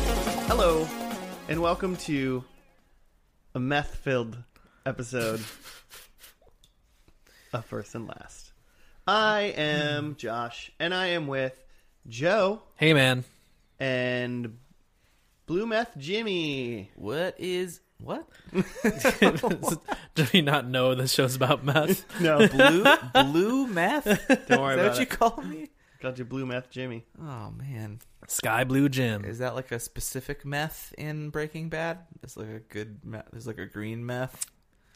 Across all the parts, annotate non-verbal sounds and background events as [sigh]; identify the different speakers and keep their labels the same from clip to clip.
Speaker 1: Hello, and welcome to a meth filled episode of First and Last. I am Josh, and I am with Joe
Speaker 2: Hey man, [laughs]
Speaker 1: and Blue Meth Jimmy.
Speaker 3: What is what?
Speaker 2: do we not know this show's about meth?
Speaker 1: [laughs]
Speaker 3: [laughs]
Speaker 1: No,
Speaker 3: Blue
Speaker 2: [laughs]
Speaker 3: blue meth? Don't
Speaker 1: don't worry
Speaker 3: is that
Speaker 1: about
Speaker 3: what you
Speaker 1: it.
Speaker 3: call me?
Speaker 1: Got you, Blue Meth Jimmy.
Speaker 3: Oh man.
Speaker 2: Sky Blue Jim.
Speaker 3: Is that like a specific meth in Breaking Bad? It's like a good meth. There's like a green meth.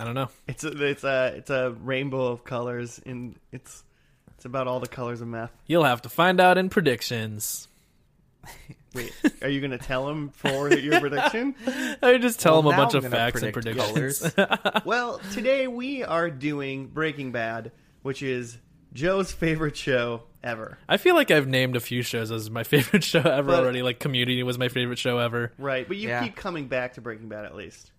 Speaker 2: I don't know.
Speaker 1: It's a, it's a it's a rainbow of colors, and it's it's about all the colors of meth.
Speaker 2: You'll have to find out in predictions. [laughs]
Speaker 1: Wait, are you going to tell him for your prediction?
Speaker 2: I just tell
Speaker 3: Well,
Speaker 2: them
Speaker 3: now
Speaker 2: a bunch
Speaker 3: I'm
Speaker 2: of
Speaker 3: gonna
Speaker 2: facts and
Speaker 3: predict
Speaker 2: predictions.
Speaker 3: colors.
Speaker 1: Well, today we are doing Breaking Bad, which is Joe's favorite show ever.
Speaker 2: [laughs] I feel like I've named a few shows as my [laughs] favorite show ever
Speaker 1: But-
Speaker 2: already. Like Community was my favorite show ever.
Speaker 1: Right, but you
Speaker 3: Yeah.
Speaker 1: keep coming back to Breaking Bad at least.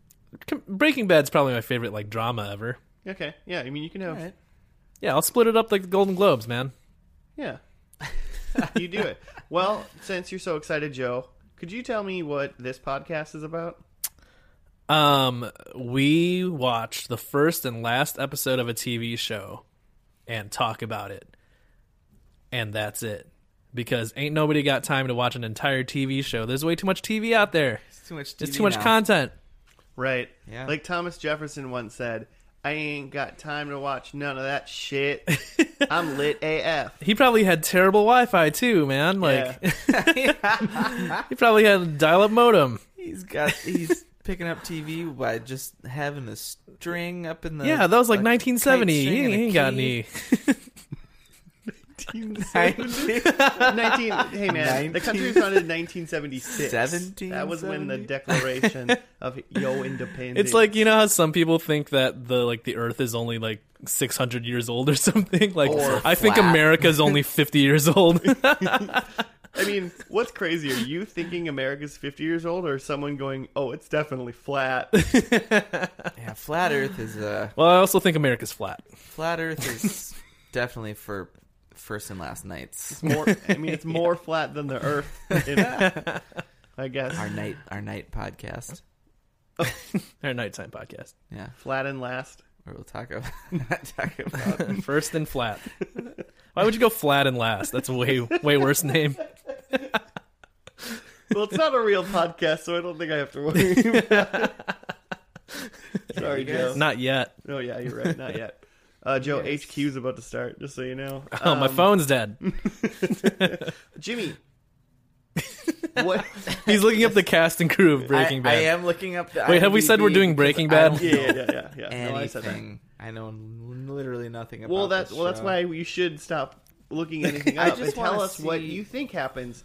Speaker 2: Com- Breaking Bad's probably my favorite like drama ever.
Speaker 1: Okay, yeah, I mean you can have
Speaker 3: Alright.
Speaker 2: Yeah, I'll split it up like the Golden Globes, man.
Speaker 1: [laughs] yeah. you do it. Well, since you're so excited, Joe, could you tell me what this podcast is about?
Speaker 2: Um, we watched the first and last episode of a TV show and talk about it. And that's it. Because ain't nobody got time to watch an entire TV show. There's way too much TV out there.
Speaker 3: It's too much. TV
Speaker 2: There's too much
Speaker 3: now.
Speaker 2: content.
Speaker 1: Right.
Speaker 3: Yeah.
Speaker 1: Like Thomas Jefferson once said, I ain't got time to watch none of that [laughs] shit. I'm lit AF.
Speaker 2: He probably had terrible Wi-Fi too, man. Like [laughs] he probably had a dial-up modem.
Speaker 3: [laughs] he's got. He's picking up TV by just having a string up in the.
Speaker 2: yeah, that was like,
Speaker 3: a
Speaker 2: 1970.
Speaker 3: kite
Speaker 2: He,
Speaker 3: string
Speaker 2: he
Speaker 3: and a
Speaker 2: ain't got
Speaker 3: key.
Speaker 2: any.
Speaker 3: [laughs]
Speaker 1: 19 hey man the country was founded in 1976 that was when the
Speaker 3: 1770?
Speaker 1: declaration of yo independence
Speaker 2: It's like you know how some people think that the like the Earth is only like 600 years old or [laughs] something. Like
Speaker 1: Or
Speaker 2: I think
Speaker 3: flat.
Speaker 2: America's only 50 years old.
Speaker 1: i mean what's crazier you thinking america's 50 years old or someone going oh it's definitely flat
Speaker 3: Yeah, flat Earth is uh,
Speaker 2: well, I also think America's flat.
Speaker 3: flat Earth is definitely for first and last nights.
Speaker 1: more i mean
Speaker 2: [laughs]
Speaker 1: it's more flat than the earth in, i guess
Speaker 3: [laughs] Our night, our night podcast.
Speaker 2: Our nighttime podcast.
Speaker 3: Yeah.
Speaker 1: flat and last
Speaker 3: Or we'll talk about [laughs] talk about
Speaker 2: First and flat. Why would you go flat and last? That's a way way worse name.
Speaker 1: well it's not a real podcast so i don't think i have to worry
Speaker 2: [laughs]
Speaker 1: about it. sorry joe
Speaker 2: Not yet.
Speaker 1: oh yeah you're right not yet uh, Joe, HQ's about to start, just so you know.
Speaker 2: Oh, my
Speaker 1: Um,
Speaker 2: phone's dead.
Speaker 3: [laughs]
Speaker 1: Jimmy. what?
Speaker 2: He's looking up the cast and crew of [laughs] Breaking
Speaker 3: I,
Speaker 2: Bad.
Speaker 3: I am looking up the.
Speaker 2: Wait, have we said
Speaker 3: IMDb
Speaker 2: we're doing
Speaker 3: because
Speaker 2: Breaking
Speaker 3: I
Speaker 2: Bad?
Speaker 1: [laughs]
Speaker 3: don't
Speaker 1: Yeah,
Speaker 3: know
Speaker 1: yeah, yeah, yeah. No, I said that.
Speaker 3: Anything? I know literally nothing about.
Speaker 1: Well, that's
Speaker 3: this
Speaker 1: well, that's
Speaker 3: show.
Speaker 1: why you should stop looking anything
Speaker 3: [laughs] I
Speaker 1: up
Speaker 3: just
Speaker 1: and tell
Speaker 3: wanna
Speaker 1: us what
Speaker 3: see-
Speaker 1: you think happens.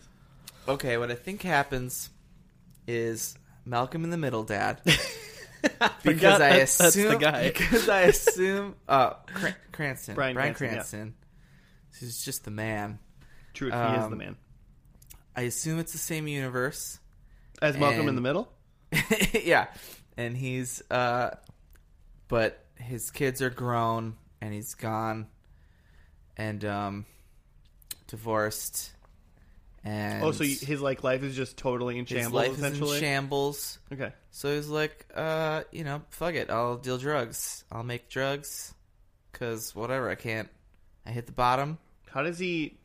Speaker 3: Okay, what I think happens is Malcolm in the Middle,
Speaker 1: [laughs]
Speaker 3: Dad.
Speaker 2: Forgot
Speaker 3: because I
Speaker 2: that- that's
Speaker 3: assume
Speaker 2: the guy.
Speaker 3: [laughs] because I assume uh Cran- Cranston
Speaker 1: Bryan
Speaker 3: Brian,
Speaker 1: Cranston, yeah.
Speaker 3: Cranston, who's just the man.
Speaker 1: True, he is the
Speaker 3: Um,
Speaker 1: man.
Speaker 3: I assume it's the same universe.
Speaker 1: As Malcolm in the
Speaker 3: and-
Speaker 1: Middle.
Speaker 3: [laughs] yeah, and he's uh, but his kids are grown and he's gone, and um, divorced, and
Speaker 1: Oh, so y- his like life is just totally in
Speaker 3: his
Speaker 1: shambles,
Speaker 3: life
Speaker 1: essentially.
Speaker 3: is in shambles.
Speaker 1: okay,
Speaker 3: So he's like, uh, you know, fuck it. I'll deal drugs. I'll make drugs. Cause whatever, I can't. I hit the bottom.
Speaker 1: how does he?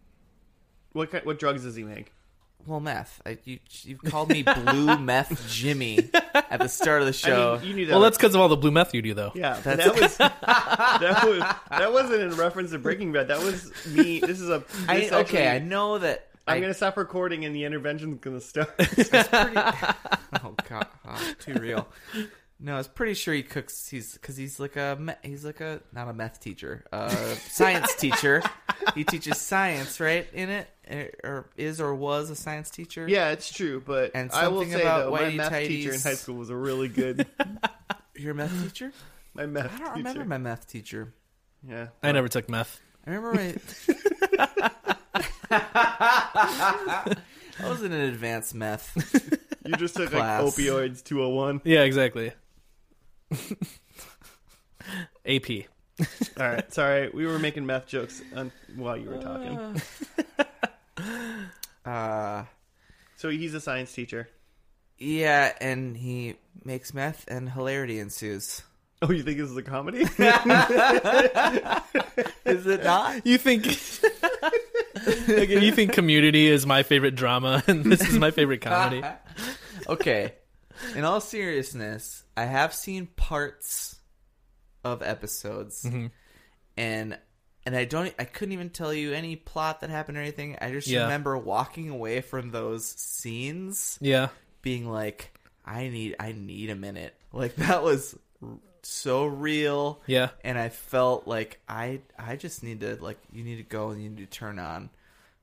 Speaker 1: What kind, what drugs does he make?
Speaker 3: Well, meth. I, you you
Speaker 1: [laughs]
Speaker 3: called me blue meth Jimmy at the start of the show.
Speaker 1: I mean, you knew that.
Speaker 2: [laughs] well,
Speaker 1: was-
Speaker 2: that's because of all the blue meth you do, though.
Speaker 1: yeah. but That
Speaker 3: [laughs]
Speaker 1: was that was that wasn't in reference to Breaking Bad. That was me. This is a
Speaker 3: I,
Speaker 1: this
Speaker 3: okay, I
Speaker 1: actually-
Speaker 3: know that.
Speaker 1: I'm
Speaker 3: I-
Speaker 1: gonna stop recording and the intervention's gonna start.
Speaker 3: Oh god, oh, too real. No, I was pretty sure he cooks. He's because he's like a me- he's like a not a meth teacher, uh, science teacher. He teaches science, right? In it, or, or is or was a science teacher.
Speaker 1: Yeah, it's true, but
Speaker 3: And
Speaker 1: I will
Speaker 3: something
Speaker 1: say
Speaker 3: about
Speaker 1: though, my
Speaker 3: whitey
Speaker 1: math
Speaker 3: tighties.
Speaker 1: teacher in high school was a really
Speaker 3: [laughs]
Speaker 1: good
Speaker 3: You're a meth teacher?
Speaker 1: my math
Speaker 3: I
Speaker 1: teacher.
Speaker 3: don't remember my math teacher.
Speaker 1: Yeah,
Speaker 2: I never took meth.
Speaker 3: I remember my. I was in an advanced meth.
Speaker 1: you just took like
Speaker 3: Class.
Speaker 1: opioids 201.
Speaker 2: Yeah, exactly. [laughs] AP.
Speaker 1: All right, sorry, we were making math jokes on, while you were
Speaker 3: [sighs]
Speaker 1: talking.
Speaker 3: Uh,
Speaker 1: So he's a science teacher.
Speaker 3: Yeah, and he makes meth, and hilarity ensues.
Speaker 1: Oh, you think this is a
Speaker 3: [laughs]
Speaker 1: comedy? [laughs]
Speaker 3: Is it not?
Speaker 2: You think [laughs] Again, you think Community is my favorite drama and this is my favorite [laughs]
Speaker 3: [laughs]
Speaker 2: comedy?
Speaker 3: okay. In all seriousness, I have seen parts of episodes, and and I don't. I couldn't even tell you any plot that happened or anything. I just
Speaker 2: Yeah.
Speaker 3: remember walking away from those scenes,
Speaker 2: yeah,
Speaker 3: being like, "I need, I need a minute." Like that was r- so real.
Speaker 2: yeah,
Speaker 3: and I felt like I I just need to like you need to go and you need to turn on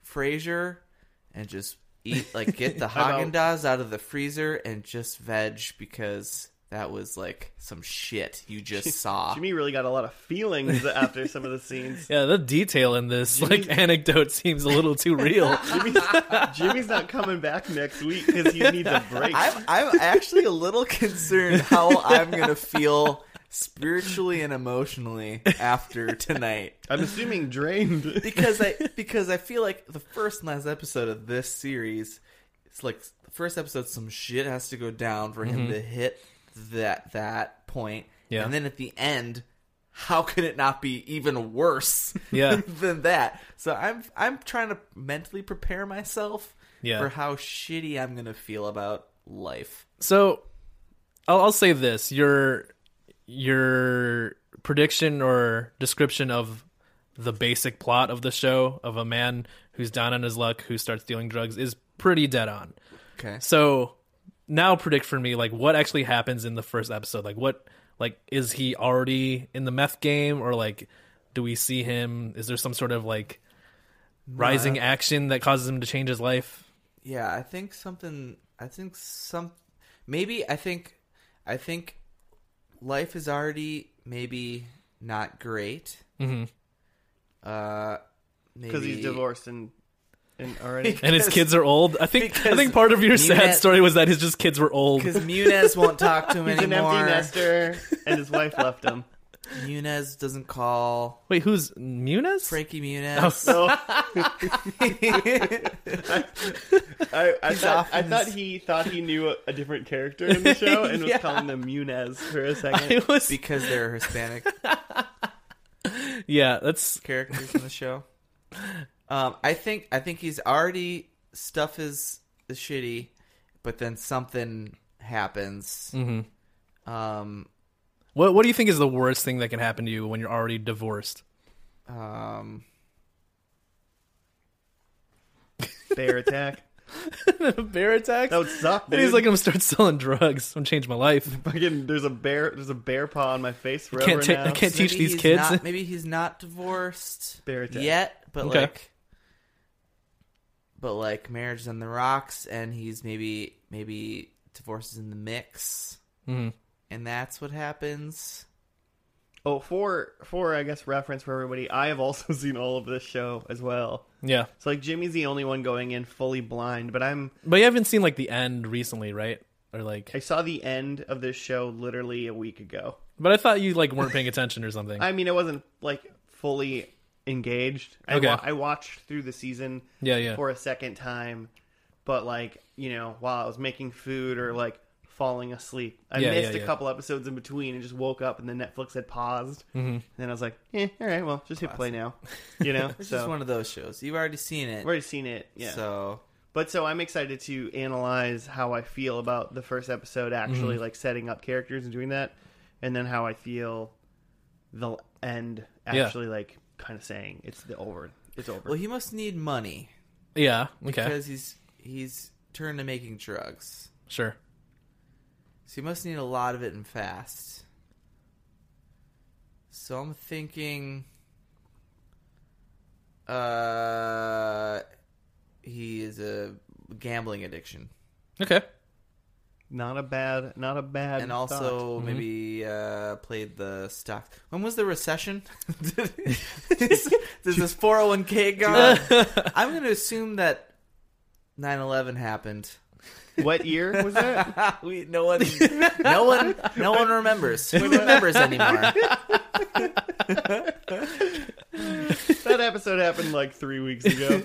Speaker 3: Frasier and just eat
Speaker 1: [laughs]
Speaker 3: like get the
Speaker 1: I know.
Speaker 3: Haagen Dazs out of the freezer and just veg because that was like some shit
Speaker 1: [laughs]
Speaker 3: you just saw.
Speaker 1: Jimmy really got a lot of feelings after some of the scenes.
Speaker 2: yeah. The detail in this like [laughs] anecdote seems a little too real.
Speaker 3: [laughs]
Speaker 1: Jimmy's, Jimmy's not coming back next week because he needs a break.
Speaker 3: I'm I'm actually a little concerned how I'm gonna feel spiritually and emotionally after
Speaker 1: [laughs]
Speaker 3: tonight.
Speaker 1: I'm assuming drained.
Speaker 2: [laughs]
Speaker 3: because I because I feel like the first and last episode of this series, it's like the first episode, some shit has to go down for him to hit that that point,
Speaker 2: Mm-hmm. Yeah.
Speaker 3: and then at the end, how could it not be even worse? [laughs]
Speaker 2: Yeah.
Speaker 3: than that. So I'm I'm trying to mentally prepare myself
Speaker 2: Yeah.
Speaker 3: for how shitty I'm gonna feel about life.
Speaker 2: So, I'll, I'll say this: your your prediction or description of the basic plot of the show of a man who's down on his luck who starts dealing drugs is pretty dead on.
Speaker 3: Okay.
Speaker 2: So now predict for me like what actually happens in the first episode. Like what like is he already in the meth game or like do we see him is there some sort of like rising action that causes him to change his life?
Speaker 3: Yeah, I think something. I think some. Maybe I think. I think life is already maybe not great.
Speaker 2: Mhm.
Speaker 3: Uh,
Speaker 1: Because he's
Speaker 3: [laughs]
Speaker 1: divorced and, and already.
Speaker 2: And his kids are old. I think I
Speaker 3: because
Speaker 2: think part of your
Speaker 3: you
Speaker 2: sad
Speaker 3: had-
Speaker 2: story was that his just kids were old.
Speaker 3: Because Munez won't talk to
Speaker 1: [laughs]
Speaker 3: him
Speaker 1: He's an
Speaker 3: anymore.
Speaker 1: empty nester, and his wife left him.
Speaker 3: Munez doesn't call
Speaker 2: Wait, who's Munoz? [laughs]
Speaker 3: Frankie
Speaker 1: [laughs]
Speaker 3: Munez.
Speaker 1: So I, I,
Speaker 3: He's
Speaker 1: thought,
Speaker 3: off
Speaker 1: I
Speaker 3: in
Speaker 1: thought
Speaker 3: his-
Speaker 1: he thought he knew a, a different character in
Speaker 2: [laughs]
Speaker 1: the show and was
Speaker 2: Yeah.
Speaker 1: calling them Munez for a second.
Speaker 2: It was
Speaker 3: because they're Hispanic
Speaker 2: yeah. That's
Speaker 3: characters in the show. Um, I think I think he's already stuff is is shitty, but then something happens. Um,
Speaker 2: mm-hmm. what. What do you think is the worst thing that can happen to you when you're already divorced? [laughs]
Speaker 3: um,
Speaker 1: Bear attack.
Speaker 2: A bear attack.
Speaker 1: That would suck. Dude.
Speaker 2: And he's like, I'm gonna start selling drugs. I'm gonna change my life.
Speaker 1: fucking. There's a bear. There's a bear paw on my face forever
Speaker 2: can't ta-
Speaker 1: now.
Speaker 2: I can't-
Speaker 3: so
Speaker 2: teach
Speaker 3: maybe
Speaker 2: these
Speaker 3: he's
Speaker 2: kids.
Speaker 3: not- maybe he's not divorced
Speaker 1: Bear attack.
Speaker 3: yet, but
Speaker 2: Okay.
Speaker 3: like, but like, marriage is on the rocks, and he's maybe maybe divorce is in the mix,
Speaker 2: Mhm.
Speaker 3: and that's what happens.
Speaker 1: Oh, for for I guess reference for everybody, I have also [laughs] seen all of this show as well.
Speaker 2: Yeah,
Speaker 1: So like Jimmy's the only one going in fully blind, but I'm
Speaker 2: but you haven't seen like the end recently, right? Or
Speaker 1: I
Speaker 2: like,
Speaker 1: saw the end of this show literally a week ago.
Speaker 2: but I thought you like weren't paying attention or
Speaker 1: [laughs]
Speaker 2: something.
Speaker 1: I mean, it wasn't like fully engaged. I,
Speaker 2: Okay.
Speaker 1: wa- I watched through the season
Speaker 2: yeah, yeah,
Speaker 1: for a second time, but like you know, while I was making food or like falling asleep, I
Speaker 2: Yeah,
Speaker 1: missed
Speaker 2: yeah,
Speaker 1: a
Speaker 2: yeah.
Speaker 1: couple episodes in between and just woke up and then Netflix had paused. Mm-hmm. And then I was like, eh, all right, well, just hit play now. You
Speaker 2: [laughs]
Speaker 1: know,
Speaker 3: It's just
Speaker 1: so
Speaker 3: one of those shows. You've already seen it,
Speaker 1: we've already seen it. Yeah.
Speaker 3: so
Speaker 1: But so I'm excited to analyze how I feel about the first episode, actually
Speaker 3: Mm-hmm.
Speaker 1: like setting up characters and doing that, and then how I feel the end
Speaker 2: Yeah.
Speaker 1: actually like kind of saying it's the over, it's over.
Speaker 3: well, he must need money
Speaker 2: yeah. Okay,
Speaker 3: because he's he's turned to making drugs.
Speaker 2: sure.
Speaker 3: So you must need a lot of it and fast. So I'm thinking uh he is a gambling addiction.
Speaker 2: Okay,
Speaker 1: not a bad, not a bad.
Speaker 3: And also maybe uh played the stock. When was the recession? [laughs] Does this 401k gone? [laughs] I'm going to assume that 9/11 happened.
Speaker 1: thought. what year was that?
Speaker 3: [laughs] we, no one, [laughs] no one, no one remembers. Who remembers anymore? [laughs]
Speaker 1: that episode happened like three weeks ago.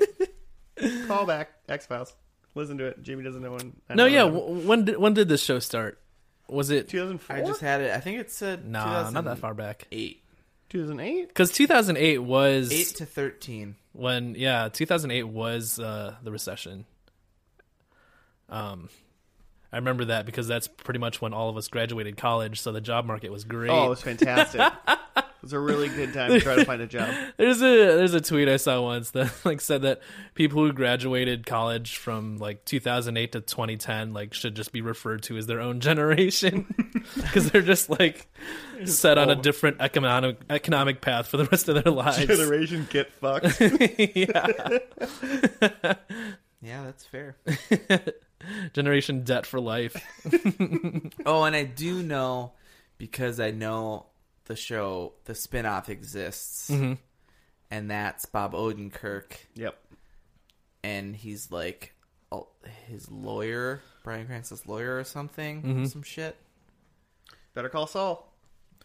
Speaker 1: Call back X Files. Listen to it. Jamie doesn't know when. I
Speaker 2: No,
Speaker 1: know
Speaker 2: yeah.
Speaker 1: when.
Speaker 2: W- when did when did this show start? Was it?
Speaker 1: 2004?
Speaker 3: I just had it. I think it said
Speaker 2: Nah, not that far back.
Speaker 3: 8.
Speaker 1: 2008?
Speaker 2: Because 2008 was
Speaker 3: 8 to 13.
Speaker 2: when yeah 2008 was uh the recession um i remember that because that's pretty much when all of us graduated college so the job market was great
Speaker 1: Oh, it was fantastic. it was a really good time to try to find a
Speaker 3: [laughs]
Speaker 1: job.
Speaker 2: there's a there's a tweet i saw once that [laughs] like said that people who graduated college from like 2008 to 2010 like should just be referred to as their own generation [laughs] because they're just like set on a different economic economic path for the rest of their
Speaker 3: [laughs]
Speaker 2: lives
Speaker 1: Generation get fucked.
Speaker 2: [laughs] yeah
Speaker 3: Yeah, that's fair.
Speaker 2: generation debt for life
Speaker 3: [laughs] oh, and I do know because I know the show, the spinoff exists, and that's Bob Odenkirk,
Speaker 1: yep.
Speaker 3: and he's like oh, his lawyer, Brian Cranston's lawyer or something, some shit.
Speaker 1: Better call Saul.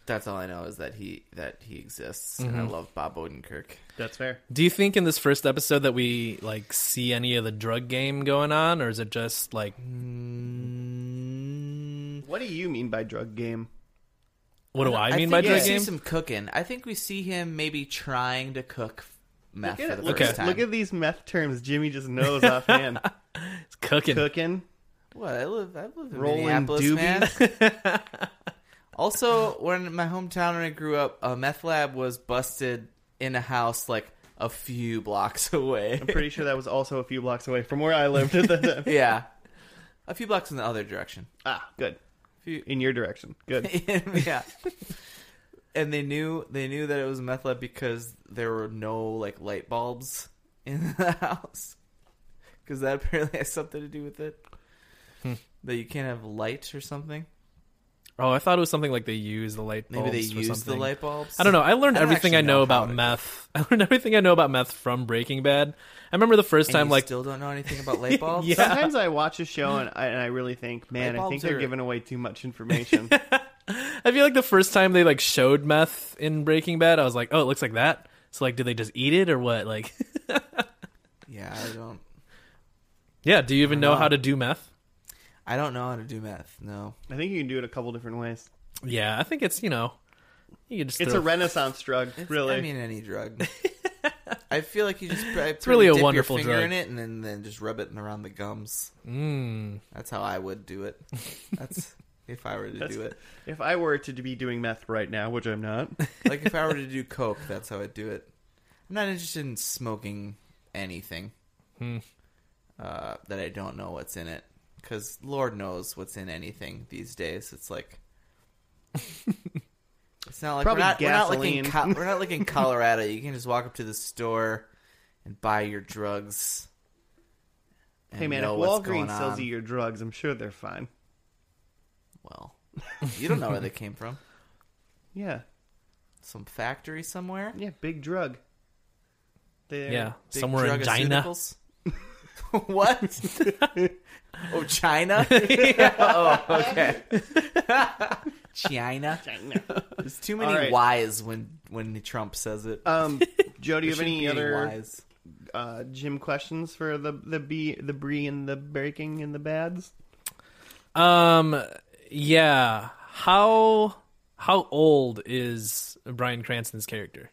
Speaker 3: That's all I know is that he that he exists, and I love Bob Odenkirk.
Speaker 1: That's fair.
Speaker 2: Do you think in this first episode that we like see any of the drug game going on, or is it just like
Speaker 3: Mm,
Speaker 1: What do you mean by drug game?
Speaker 2: what do I, mean
Speaker 3: think
Speaker 2: by
Speaker 3: we
Speaker 2: drug
Speaker 3: see
Speaker 2: game?
Speaker 3: some cooking. I think we see him maybe trying to cook
Speaker 1: Look
Speaker 3: meth
Speaker 1: at,
Speaker 3: for
Speaker 1: it.
Speaker 3: the
Speaker 1: Look,
Speaker 3: first
Speaker 1: at,
Speaker 3: time.
Speaker 1: look at these meth terms Jimmy just knows
Speaker 3: [laughs]
Speaker 1: offhand.
Speaker 2: It's cooking.
Speaker 1: Cooking.
Speaker 3: What I live, I live in
Speaker 1: Rolling
Speaker 3: Minneapolis,
Speaker 1: doobie.
Speaker 3: man.
Speaker 1: [laughs]
Speaker 3: also, when in my hometown when I grew up, a meth lab was busted in a house like a few blocks [laughs] away.
Speaker 1: I'm pretty sure that was also a few blocks away from where I lived [laughs] at the time.
Speaker 3: yeah, a few blocks in the other direction.
Speaker 1: Ah, good.
Speaker 3: Few-
Speaker 1: In your direction. Good.
Speaker 3: [laughs] yeah. And they knew they knew that it was a meth lab because there were no like light bulbs in [laughs] the house. Because that apparently has something to do with it.
Speaker 2: Hmm.
Speaker 3: That you can't have light or something.
Speaker 2: Oh, I thought it was something like they use the light bulbs.
Speaker 3: Maybe they
Speaker 2: for
Speaker 3: use the
Speaker 2: something.
Speaker 3: light bulbs.
Speaker 2: I don't know. I learned
Speaker 3: I don't
Speaker 2: everything I
Speaker 3: actually
Speaker 2: know,
Speaker 3: know how
Speaker 2: about
Speaker 3: it-
Speaker 2: meth. [laughs] I learned everything I know about meth from Breaking Bad. I remember the first
Speaker 3: And
Speaker 2: time,
Speaker 3: you
Speaker 2: like,
Speaker 3: still don't
Speaker 2: [laughs]
Speaker 3: know anything about light bulbs.
Speaker 2: Yeah.
Speaker 1: Sometimes I watch a show and I, and I really think, man,
Speaker 3: Light
Speaker 1: I think
Speaker 3: bulbs
Speaker 1: they're
Speaker 3: are-
Speaker 1: giving away too much
Speaker 3: [laughs]
Speaker 1: information.
Speaker 2: I feel like the first time they like showed meth in Breaking Bad, I was like, oh, it looks like that. So like, did they just eat it or what? Like, [laughs]
Speaker 3: yeah, I don't.
Speaker 2: yeah. Do you even know
Speaker 3: know.
Speaker 2: how to do meth?
Speaker 3: I don't know how to do meth. No,
Speaker 1: I think you can do it a couple different ways.
Speaker 2: Yeah, I think it's you know, you can just
Speaker 1: It's
Speaker 2: throw-
Speaker 1: a renaissance drug,
Speaker 3: It's-
Speaker 1: really.
Speaker 3: I mean,
Speaker 2: [laughs]
Speaker 3: any drug. I feel like you just it's
Speaker 2: really a wonderful
Speaker 3: your finger
Speaker 2: drug.
Speaker 3: in it and then, then just rub it around the gums.
Speaker 2: Mm.
Speaker 3: That's how I would do it.
Speaker 1: [laughs]
Speaker 3: That's if I were to
Speaker 1: That's- [laughs]
Speaker 3: do it.
Speaker 1: if I were to be doing meth right now, which I'm not,
Speaker 3: Like if I were to do coke, that's how I'd do it. I'm not interested in smoking anything
Speaker 2: Hmm.
Speaker 3: uh, that I don't know what's in it, because Lord knows what's in anything these days.
Speaker 1: [laughs]
Speaker 3: It's like it's not like we're
Speaker 1: Probably
Speaker 3: not, we're not like in
Speaker 1: gasoline.
Speaker 3: Co- we're not like in Colorado. You can just walk up to the store and buy your drugs.
Speaker 1: hey
Speaker 3: and
Speaker 1: man, if
Speaker 3: know what's going
Speaker 1: Walgreens sells
Speaker 3: on.
Speaker 1: you your drugs, I'm sure they're fine. [laughs]
Speaker 3: well, you don't know where they came from.
Speaker 1: Yeah,
Speaker 3: Some factory somewhere.
Speaker 1: yeah, big drug. They're,
Speaker 2: Yeah,
Speaker 3: Big
Speaker 2: somewhere in China.
Speaker 3: drugaceuticals? [laughs] what? [laughs] oh,
Speaker 2: [laughs]
Speaker 3: China? [laughs] Oh, okay. [laughs] China.
Speaker 1: China.
Speaker 3: There's too many
Speaker 1: All right.
Speaker 3: Y's when when Trump says it.
Speaker 1: [laughs] Um, Joe, do you have
Speaker 3: There shouldn't be
Speaker 1: any other
Speaker 3: Y's.
Speaker 1: uh, gym questions for the the B, the Bree, and the Breaking and the Bads?
Speaker 2: Um. Yeah. How how old is Brian Cranston's character?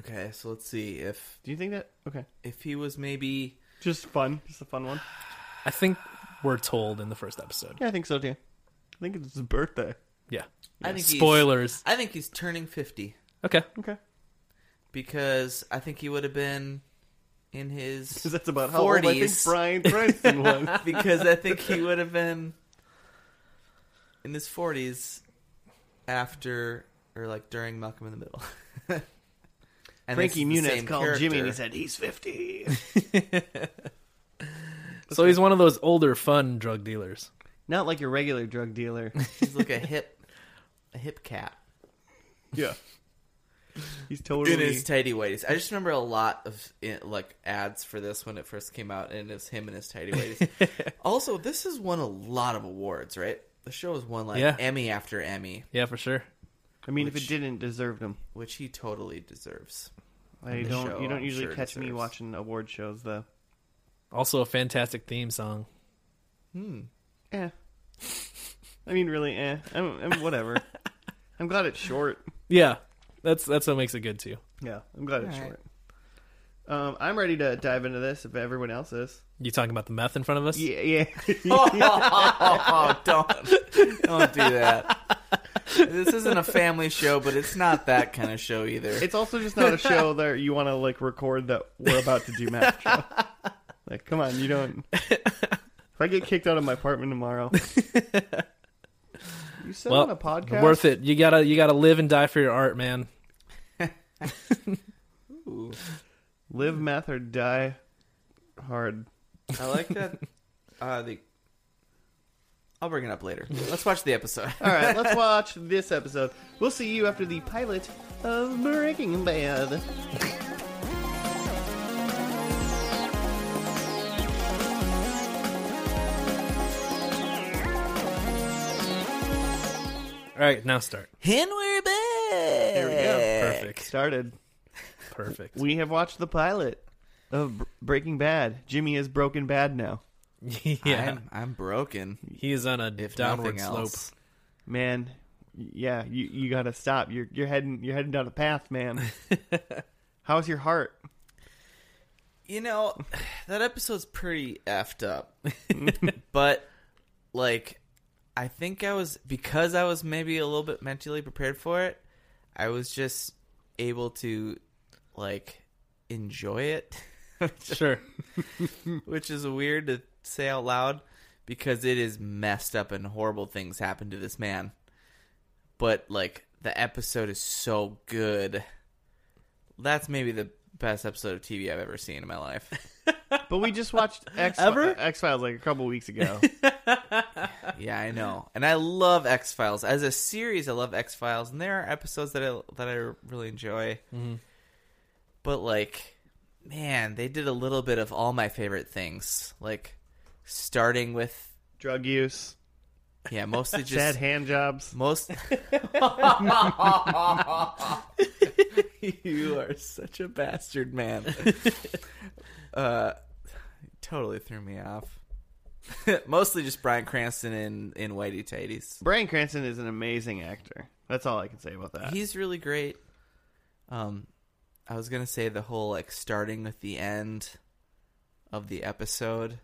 Speaker 3: Okay, so let's see if
Speaker 1: Do you think that okay?
Speaker 3: if he was maybe
Speaker 1: Just fun, just a fun one.
Speaker 2: I think we're told in the first episode.
Speaker 1: Yeah, I think so too. I think it's his birthday.
Speaker 2: Yeah.
Speaker 3: I think he's-
Speaker 2: Spoilers.
Speaker 3: I think he's turning 50
Speaker 2: Okay.
Speaker 1: Okay,
Speaker 3: because I think he would have been in his
Speaker 1: because [laughs] that's about how old I think
Speaker 3: 40s.
Speaker 1: Brian Cranston
Speaker 3: [laughs]
Speaker 1: was.
Speaker 3: because I think he would have been in his 40s after or like during Malcolm in the Middle. [laughs] and this
Speaker 1: Frankie
Speaker 3: is
Speaker 1: Muniz
Speaker 3: the same
Speaker 1: called Jimmy and he
Speaker 3: character.
Speaker 1: said he's fifty.
Speaker 2: So he's one of those older, fun drug dealers.
Speaker 1: Not like your regular drug dealer.
Speaker 3: he's like a hip, a hip cat
Speaker 1: Yeah. He's totally.
Speaker 3: [laughs] in his tidy whities. I just remember a lot of eh, like ads for this when it first came out, and it's him in his tidy whities.
Speaker 1: [laughs]
Speaker 3: also, this has won a lot of awards, right? The show has won like
Speaker 2: Yeah.
Speaker 3: Emmy after Emmy,
Speaker 2: Yeah, for sure.
Speaker 1: I mean, if
Speaker 3: Which-
Speaker 1: it didn't, deserved him.
Speaker 3: which he totally deserves.
Speaker 1: I
Speaker 3: The
Speaker 1: don't.
Speaker 3: show,
Speaker 1: you don't
Speaker 3: I'm
Speaker 1: usually
Speaker 3: sure,
Speaker 1: catch me
Speaker 3: deserves.
Speaker 1: watching award shows though.
Speaker 2: Also, a fantastic theme song.
Speaker 1: Eh. I mean, really, eh. I'm, I'm [laughs] whatever. I'm glad it's short.
Speaker 2: Yeah, that's that's what makes it good too.
Speaker 1: Yeah, I'm glad it's
Speaker 3: Alright.
Speaker 1: short. Um, I'm ready to dive into this if everyone else is.
Speaker 2: You talking about the meth in front of us?
Speaker 1: Yeah, yeah.
Speaker 3: [laughs]
Speaker 1: [laughs]
Speaker 3: Oh, don't don't do that. This isn't a family show, but it's not that kind of show either.
Speaker 1: it's also just not a show that you want to like record that we're about to do match. [laughs] show. Like, come on, you don't. If I get kicked out of my apartment [laughs] tomorrow, you said
Speaker 2: Well,
Speaker 1: on a podcast.
Speaker 2: Worth it. You gotta you gotta live and die for your art, man.
Speaker 3: Ooh,
Speaker 1: Live meth or die hard.
Speaker 3: I like that. [laughs] Uh, the I'll bring it up later. Let's watch the episode.
Speaker 1: All right, let's watch this episode. We'll see you after the pilot of Breaking Bad.
Speaker 2: All right, now start.
Speaker 3: And we're back.
Speaker 1: There we go.
Speaker 2: Perfect.
Speaker 1: Started.
Speaker 2: Perfect.
Speaker 1: We have watched the pilot of Br- Breaking Bad. Jimmy is broken bad now.
Speaker 2: [laughs] yeah,
Speaker 3: I'm, I'm broken.
Speaker 2: he is on a
Speaker 3: If
Speaker 2: downward
Speaker 3: nothing
Speaker 2: slope.
Speaker 3: else,
Speaker 1: Man, yeah, you you gotta stop. You're you're heading you're heading down a path,
Speaker 3: [laughs]
Speaker 1: man. How's your heart?
Speaker 3: you know [sighs] that episode's pretty effed up. [laughs] but like, I think I was because I was maybe a little bit mentally prepared for it. I was just able to like enjoy it, [laughs]
Speaker 2: Sure.
Speaker 3: which is weird to say out loud because it is messed up and horrible things happen to this man. But like the episode is so good. That's maybe the best episode of TV I've ever seen in my life.
Speaker 1: But we just
Speaker 3: [laughs]
Speaker 1: watched X
Speaker 2: Ever?
Speaker 1: X Files like a couple weeks ago.
Speaker 3: Yeah, I know, and I love X Files as a series. I love X Files, and there are episodes that I that I really enjoy. But like, man, they did a little bit of all my favorite things. Like, starting with
Speaker 1: Drug use,
Speaker 3: yeah, mostly
Speaker 1: sad
Speaker 3: just
Speaker 1: hand jobs.
Speaker 3: most. [laughs] you are such a bastard, man. uh, totally threw me off. [laughs] mostly just Brian Cranston in in whitey tighties.
Speaker 1: Brian Cranston is an amazing actor. That's all I can say about that.
Speaker 3: he's really great. Um, I was gonna say the whole like starting with the end of the episode,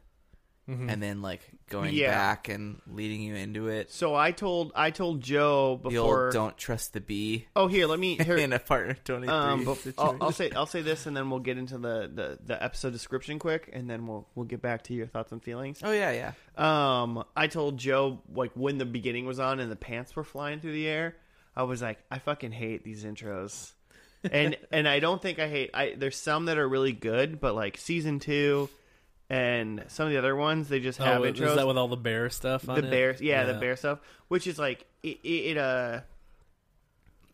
Speaker 2: Mm-hmm.
Speaker 3: and then like going
Speaker 1: Hmm. Yeah.
Speaker 3: back and leading you into it.
Speaker 1: so I told I told Joe
Speaker 3: The old
Speaker 1: before.
Speaker 3: "Don't trust the bee"
Speaker 1: oh, here, let
Speaker 2: [laughs]
Speaker 1: me here.
Speaker 3: [laughs] in a partner twenty three.
Speaker 1: Um, but I'll,
Speaker 3: situation.
Speaker 1: I'll say I'll say this, and then we'll get into the, the, the episode description quick, and then we'll we'll get back to your thoughts and feelings.
Speaker 3: oh yeah, yeah.
Speaker 1: Um, I told Joe like when the beginning was on and the pants were flying through the air. I was like, I fucking hate these intros,
Speaker 2: [laughs]
Speaker 1: and and I don't think I hate. I there's some that are really good, but like season two, and some of the other ones they just have
Speaker 2: Oh,
Speaker 1: intros.
Speaker 2: is that with all the bear stuff on
Speaker 1: the
Speaker 2: it?
Speaker 1: bear, yeah, the bear stuff, which is like it, it, it uh,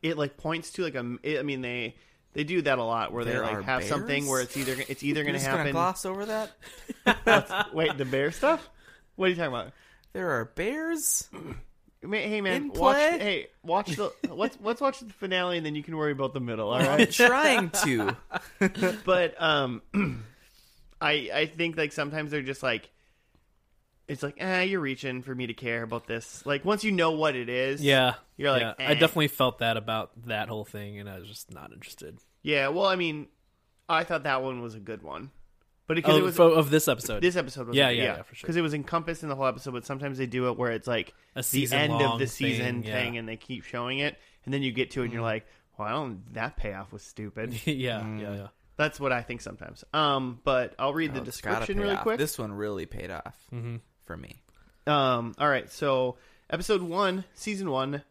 Speaker 1: it like points to like a. It, I mean they they do that a lot where
Speaker 3: There
Speaker 1: they
Speaker 3: are
Speaker 1: like have something
Speaker 3: bears?
Speaker 1: where it's either it's
Speaker 3: [laughs]
Speaker 1: either
Speaker 3: You're
Speaker 1: going to
Speaker 3: just gonna
Speaker 1: happen. [laughs]
Speaker 3: gloss over that.
Speaker 1: Wait, the bear stuff? What are you talking about?
Speaker 3: There are bears.
Speaker 1: Ma- Hey man,
Speaker 3: In
Speaker 1: watch.
Speaker 3: play?
Speaker 1: Hey, watch
Speaker 3: [laughs]
Speaker 1: the let's let's watch the finale and then you can worry about [laughs] the middle. All
Speaker 3: I'm
Speaker 1: right,
Speaker 3: trying
Speaker 1: [laughs]
Speaker 3: to. Oh,
Speaker 1: but um, [clears throat] I I think like sometimes they're just like, it's like ah, you're reaching for me to care about this. Like once you know what it is,
Speaker 2: Yeah,
Speaker 1: You're like,
Speaker 2: yeah.
Speaker 1: eh.
Speaker 2: I definitely felt that about that whole thing, and I was just not interested.
Speaker 1: yeah. Well, I mean, I thought that one was a good one, but because
Speaker 3: Oh,
Speaker 2: Of,
Speaker 1: it was
Speaker 2: of- Oh, of this episode,
Speaker 1: this episode was
Speaker 2: Yeah,
Speaker 1: good,
Speaker 2: yeah, yeah, for sure.
Speaker 1: because it was encompassed in the whole episode. But sometimes they do it where it's like
Speaker 2: A
Speaker 1: the end of
Speaker 2: season-long
Speaker 1: the season
Speaker 2: thing, yeah.
Speaker 1: thing, and they keep showing it, and then you get to it and you're like,
Speaker 3: Mm-hmm.
Speaker 1: well, I don't. That payoff was stupid.
Speaker 3: [laughs]
Speaker 2: [laughs] yeah,
Speaker 3: Mm.
Speaker 2: yeah, yeah.
Speaker 1: That's what I think sometimes. Um, but I'll read the
Speaker 3: Oh, it's gotta
Speaker 1: description
Speaker 3: pay
Speaker 1: really
Speaker 3: off.
Speaker 1: quick. Mm-hmm.
Speaker 3: This one really paid off for me.
Speaker 1: Um, all right, so episode one, season one,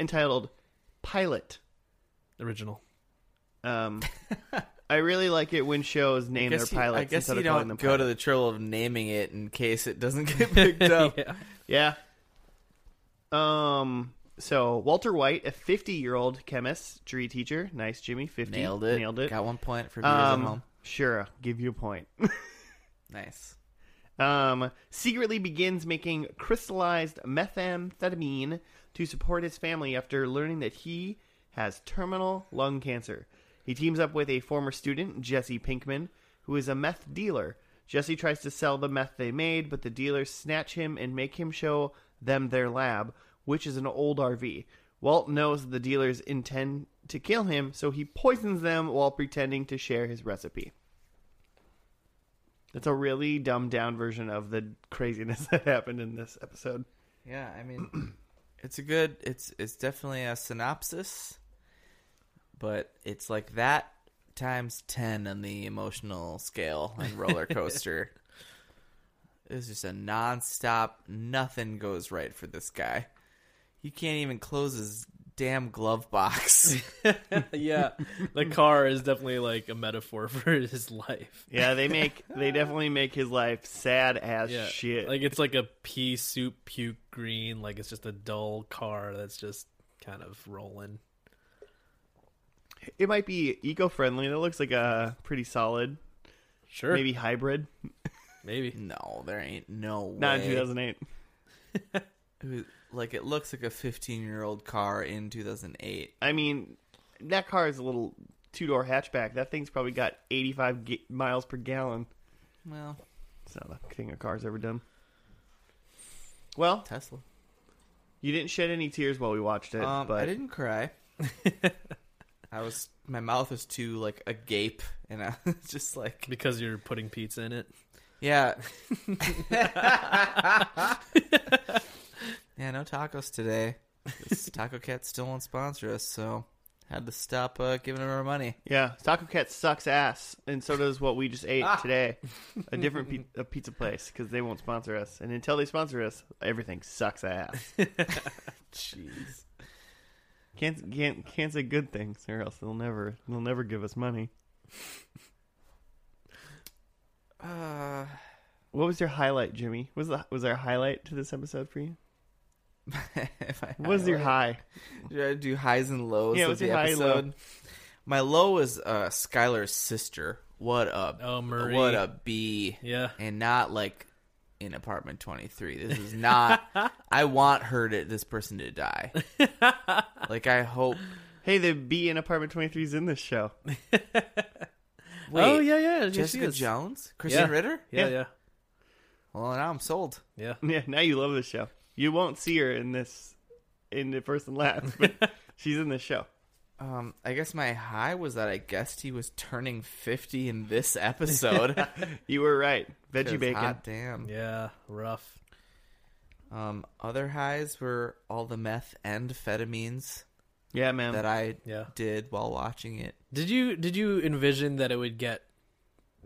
Speaker 1: entitled "Pilot."
Speaker 3: [laughs]
Speaker 2: Original.
Speaker 1: Um, I really like it when shows name their
Speaker 3: Guess you-
Speaker 1: pilots
Speaker 3: I guess
Speaker 1: instead
Speaker 3: you
Speaker 1: of calling
Speaker 3: don't
Speaker 1: them
Speaker 3: go to
Speaker 1: pilot.
Speaker 3: the trouble of naming it in case
Speaker 1: [laughs]
Speaker 3: it doesn't get picked up.
Speaker 2: yeah.
Speaker 1: yeah. Um. So Walter White, a fifty-year-old chemistry teacher, nice Jimmy, fifty,
Speaker 3: Nailed it.
Speaker 1: nailed it.
Speaker 3: Got one point for viewers at
Speaker 1: Um,
Speaker 3: home.
Speaker 1: sure, I'll give you a point.
Speaker 3: Nice.
Speaker 1: um, secretly begins making crystallized methamphetamine to support his family after learning that he has terminal lung cancer. He teams up with a former student, Jesse Pinkman, who is a meth dealer, Jesse tries to sell the meth they made, but the dealers snatch him and make him show them their lab, which is an old RV. Walt knows the dealers intend to kill him, so he poisons them while pretending to share his recipe. That's a really dumbed down version of the craziness [laughs] that happened in this episode.
Speaker 3: Yeah, I mean, [clears throat] it's a good. It's it's definitely a synopsis, but it's like that times ten on the emotional scale [laughs] and roller coaster. it's just a nonstop. Nothing goes right for this guy. He can't even close his damn glove box. [laughs]
Speaker 2: yeah, [laughs] the car is definitely like a metaphor [laughs] for his life.
Speaker 1: Yeah, they make they definitely make his life sad as
Speaker 2: Yeah,
Speaker 1: shit.
Speaker 2: Like it's like a pea soup puke green. Like it's just a dull car that's just kind of rolling.
Speaker 1: it might be eco friendly. That looks like a pretty solid,
Speaker 3: Er.
Speaker 2: Sure,
Speaker 1: maybe hybrid.
Speaker 2: maybe.
Speaker 3: no, there ain't no way.
Speaker 1: Not in 2008.
Speaker 3: Who- Like it looks like a fifteen-year-old car in two thousand eight.
Speaker 1: I mean, that car is a little two door hatchback. That thing's probably got 85 ga- miles per gallon.
Speaker 3: Well,
Speaker 1: It's not a thing a car's ever done. Well,
Speaker 3: Tesla.
Speaker 1: you didn't shed any tears while we watched it,
Speaker 3: Um,
Speaker 1: but
Speaker 3: I didn't cry. [laughs] I was my mouth was too like agape, and I [laughs] was just like,
Speaker 2: Because you're putting pizza in it.
Speaker 3: [laughs] yeah, yeah, no tacos today. This Taco Cat still won't sponsor us, so had to stop uh, giving them our money.
Speaker 1: yeah, Taco Cat sucks ass, and so does what we just ate today, a different pi- a pizza place because they won't sponsor us, and until they sponsor us, everything sucks ass.
Speaker 3: Jeez,
Speaker 1: Can't can't can't say good things, or else they'll never they'll never give us money.
Speaker 3: uh, [laughs]
Speaker 1: What was your highlight, Jimmy? Was the, was there a highlight to this episode for you?
Speaker 3: if I
Speaker 1: What was your high?
Speaker 3: Should I do highs and lows
Speaker 1: Yeah,
Speaker 3: of
Speaker 1: what's
Speaker 3: the
Speaker 1: your high and low?
Speaker 3: episode? My low is uh, Skylar's sister. What a
Speaker 2: Oh, Marie.
Speaker 3: what a bee.
Speaker 2: Yeah.
Speaker 3: and not like in apartment 23 this
Speaker 2: [laughs]
Speaker 3: is not i want her to this person to die like i hope
Speaker 1: Hey, the B in Apartment 23 is in this show. [laughs]
Speaker 3: wait
Speaker 2: oh yeah, yeah. yeah, she
Speaker 3: jessica
Speaker 2: is.
Speaker 3: jones christian
Speaker 2: Yeah.
Speaker 3: ritter
Speaker 2: Yeah,
Speaker 1: Yeah.
Speaker 2: yeah,
Speaker 3: well now i'm sold
Speaker 2: yeah.
Speaker 1: Yeah, now you love this show. You won't see her in this, in the first and last, but she's in this show.
Speaker 3: um i guess my high was that i guessed he was turning 50 in this
Speaker 2: [laughs]
Speaker 3: episode
Speaker 1: You were right. Veggie
Speaker 3: 'Cause
Speaker 1: bacon.
Speaker 3: hot damn
Speaker 2: Yeah, rough.
Speaker 3: um other highs were all the meth and amphetamines
Speaker 1: Yeah,
Speaker 2: Um,
Speaker 1: man.
Speaker 3: that i
Speaker 2: Yeah.
Speaker 3: did while watching it
Speaker 2: Did you did you envision that it would get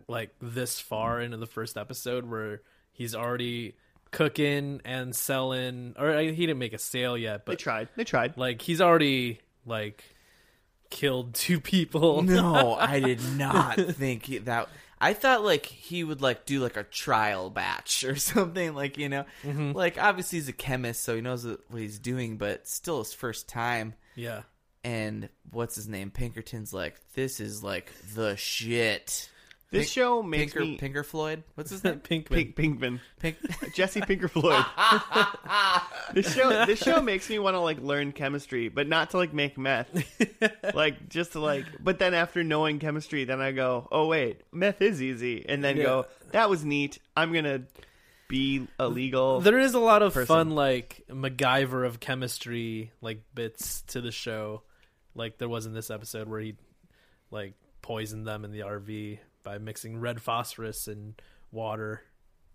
Speaker 2: like this far into the first episode where he's already cooking and selling or I- he didn't make a sale yet,
Speaker 1: they
Speaker 2: but
Speaker 1: tried. They tried.
Speaker 2: like he's already like killed [laughs] two
Speaker 1: [laughs]
Speaker 2: people.
Speaker 3: No, I did not think he- that. I thought like he would like do like a trial batch or [laughs] something like you know, like obviously he's a chemist, so he knows what what he's doing, but still his first time.
Speaker 2: Yeah.
Speaker 3: And what's his name? Pinkerton's like this is like the shit.
Speaker 1: This
Speaker 3: Pink-
Speaker 1: show makes
Speaker 3: Pinker
Speaker 1: me
Speaker 3: Pinker Floyd.
Speaker 1: [laughs]
Speaker 3: What's his name?
Speaker 1: Pink
Speaker 2: Pinkman.
Speaker 1: Pinkman.
Speaker 3: Pink. [laughs]
Speaker 1: Jesse Pinker Floyd. this show this
Speaker 3: [laughs]
Speaker 1: show makes me want to like learn chemistry, but not to like make meth. like just to like but then after knowing chemistry, then I go, "Oh wait, meth is easy." And then go, "That was neat. I'm going to be illegal."
Speaker 2: There is a lot of
Speaker 1: person.
Speaker 2: fun like MacGyver of chemistry like bits to the show. Like there was in this episode where he like poisoned them in the RV by mixing red phosphorus and water.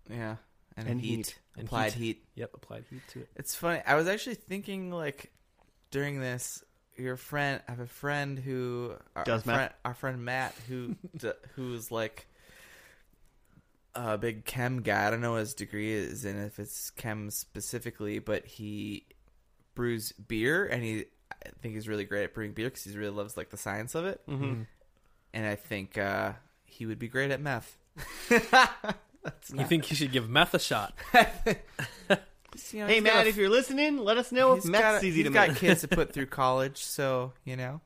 Speaker 3: yeah, and,
Speaker 1: And
Speaker 3: heat.
Speaker 1: heat.
Speaker 2: And
Speaker 3: applied
Speaker 2: heat.
Speaker 3: heat.
Speaker 2: Yep, applied heat to it.
Speaker 3: It's funny. I was actually thinking like during this, your friend. I have a friend who our
Speaker 1: Does
Speaker 3: friend,
Speaker 1: math.
Speaker 3: Our friend Matt, who [laughs] d- who's like a big chem guy. I don't know what his degree is and if it's chem specifically, but he brews beer and he. I think he's really great at brewing beer because he really loves like the science of it. Mm-hmm. And I think uh, he would be great at meth.
Speaker 2: You think you should give meth a shot? [laughs]
Speaker 3: You know,
Speaker 1: hey
Speaker 3: he's got
Speaker 1: Matt,
Speaker 3: a-
Speaker 1: if you're listening, let us know if
Speaker 3: he's
Speaker 1: meth's
Speaker 3: got,
Speaker 1: easy to
Speaker 3: he's got
Speaker 1: make.
Speaker 3: kids
Speaker 1: [laughs]
Speaker 3: to put through college, so you know.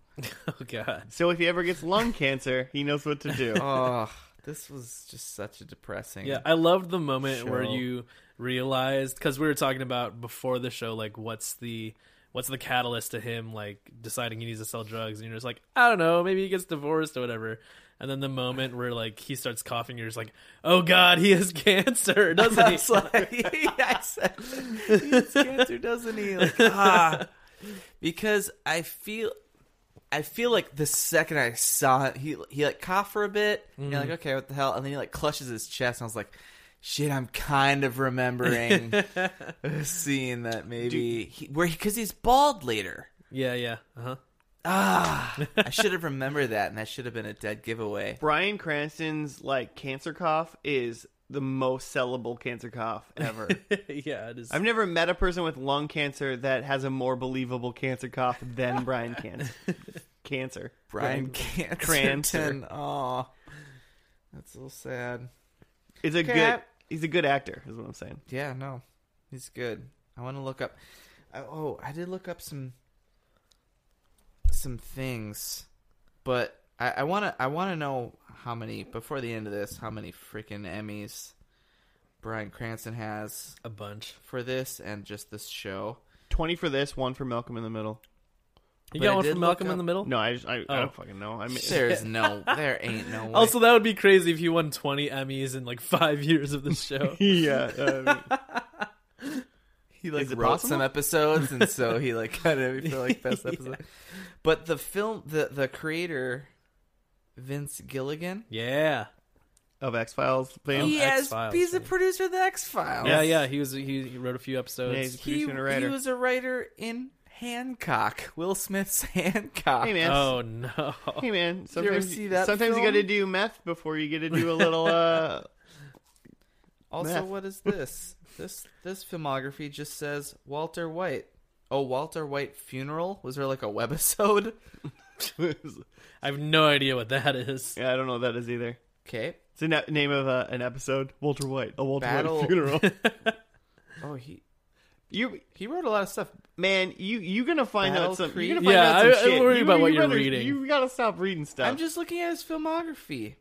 Speaker 2: Oh god.
Speaker 1: So if he ever gets lung cancer, he knows what to do.
Speaker 3: oh, this was just such a depressing.
Speaker 2: Yeah, I loved the moment where
Speaker 3: Show.
Speaker 2: you realized because we were talking about before the show, like what's the what's the catalyst to him like deciding he needs to sell drugs, and you're just like, I don't know, maybe he gets divorced or whatever. And then the moment where like he starts coughing, you're just like, "Oh God, he has [laughs]
Speaker 3: [laughs]
Speaker 2: cancer, doesn't
Speaker 3: [laughs] I
Speaker 2: he?"
Speaker 3: was like, [laughs] I said, he has cancer, doesn't he?
Speaker 2: [laughs]
Speaker 3: Like, ah. Because I feel, I feel like the second I saw it, he he like coughed for a bit. And
Speaker 2: Mm-hmm.
Speaker 3: you're like, okay, what the hell? And then he like clutches his chest, and I was like, shit, I'm kind
Speaker 2: [laughs]
Speaker 3: of remembering seeing that maybe he, where because he's bald later.
Speaker 2: yeah, yeah, uh huh.
Speaker 3: Ah, I should have remembered that, and that should have been a dead giveaway.
Speaker 1: Brian Cranston's like cancer cough is the most sellable cancer cough
Speaker 3: [laughs]
Speaker 1: ever.
Speaker 2: [laughs] yeah, it is.
Speaker 1: I've never met a person with lung cancer that has a more believable cancer cough than Brian
Speaker 3: [laughs]
Speaker 1: Cancer. cancer.
Speaker 3: Brian Cancer.
Speaker 1: Cranston.
Speaker 3: Oh, that's so sad.
Speaker 1: It's a
Speaker 3: Okay,
Speaker 1: good.
Speaker 3: I-
Speaker 1: He's a good actor, is what I'm saying.
Speaker 3: Yeah, no, he's good. I want to look up. I, oh, I did look up some some things, but I, I want to I want to know how many before the end of this how many freaking Emmys Brian Cranston has
Speaker 2: a bunch.
Speaker 3: for this and just this show.
Speaker 1: Twenty for this, one for Malcolm in the Middle.
Speaker 2: You
Speaker 3: But I
Speaker 2: got one
Speaker 3: did
Speaker 2: from
Speaker 3: look
Speaker 2: Malcolm
Speaker 3: up-
Speaker 2: in the Middle.
Speaker 1: No, I just, I, I
Speaker 2: Oh.
Speaker 1: don't fucking know. I mean, [laughs]
Speaker 3: There's no, there ain't no way.
Speaker 2: Also, that would be crazy if he won 20 Emmys in like [laughs] five years of the
Speaker 3: [laughs]
Speaker 2: show.
Speaker 1: yeah. Um,
Speaker 3: he like
Speaker 1: Is it
Speaker 3: wrote
Speaker 1: possible?
Speaker 3: some episodes and so he like got it for [laughs] like best episode but the film the the creator vince gilligan
Speaker 2: yeah,
Speaker 1: of X Files fame.
Speaker 3: he
Speaker 2: Yeah.
Speaker 3: has,
Speaker 2: X-Files,
Speaker 3: he's a
Speaker 2: yeah.
Speaker 3: producer of the x-files
Speaker 2: yeah, yeah. He was he, he wrote a few episodes.
Speaker 1: Yeah, he's-
Speaker 3: he,
Speaker 1: Producer and a writer.
Speaker 3: he was Oh. a writer in hancock will smith's [laughs] hancock
Speaker 1: Hey man.
Speaker 2: Oh no! [laughs]
Speaker 1: Hey man.
Speaker 3: you ever
Speaker 1: Sometimes
Speaker 3: see that
Speaker 1: Sometimes you
Speaker 3: film?
Speaker 1: got to do meth before you get to
Speaker 3: [laughs]
Speaker 1: do a little. uh
Speaker 3: also
Speaker 1: Meth.
Speaker 3: what is this this this filmography just says walter white oh walter white funeral was there like a webisode [laughs]
Speaker 2: I have no idea what that is.
Speaker 1: Yeah, I don't know what that is either.
Speaker 3: okay
Speaker 1: It's the na- name of uh, an episode. Walter White. A Walter
Speaker 3: Battle-
Speaker 1: White
Speaker 3: [laughs]
Speaker 1: funeral.
Speaker 3: oh he
Speaker 1: you
Speaker 3: he wrote a lot of stuff
Speaker 1: man, you you gonna find
Speaker 3: Battle
Speaker 1: out some.
Speaker 3: Creek?
Speaker 1: You're gonna find
Speaker 2: Yeah,
Speaker 1: out some
Speaker 2: I- I'm
Speaker 1: shit.
Speaker 2: worried
Speaker 1: You-
Speaker 2: about what
Speaker 1: you
Speaker 2: you're
Speaker 1: better-
Speaker 2: reading.
Speaker 1: You gotta stop reading stuff.
Speaker 3: i'm just looking at his filmography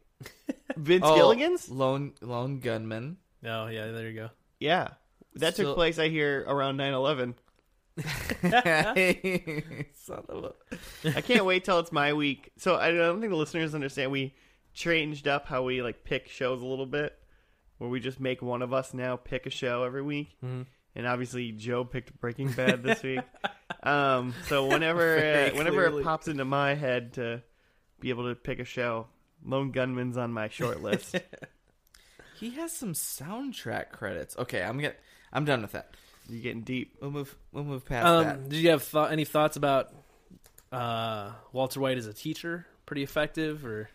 Speaker 1: Vince
Speaker 3: Oh,
Speaker 1: Gilligan's.
Speaker 3: Lone
Speaker 2: [laughs]
Speaker 3: Lone Gunman. [laughs]
Speaker 2: No, Oh, yeah, there you go.
Speaker 1: Yeah, that
Speaker 3: So-
Speaker 1: took place. I hear around 9-11.
Speaker 3: Son of a
Speaker 1: I can't wait till it's my week. So I don't think the listeners understand. We changed up how we like pick shows a little bit, where we just make one of us now pick a show every week.
Speaker 3: Mm-hmm.
Speaker 1: And obviously, Joe picked Breaking Bad
Speaker 3: [laughs]
Speaker 1: this week. um, so whenever
Speaker 3: Very
Speaker 1: uh, whenever
Speaker 3: clearly.
Speaker 1: it pops into my head to be able to pick a show, Lone Gunman's on my short
Speaker 3: [laughs]
Speaker 1: list.
Speaker 3: He has some soundtrack credits. Okay, I'm get I'm done with that.
Speaker 1: You're getting deep.
Speaker 3: We'll move we'll move past that.
Speaker 2: Um, did you have thought any thoughts about uh, Walter White as a teacher? Pretty effective, or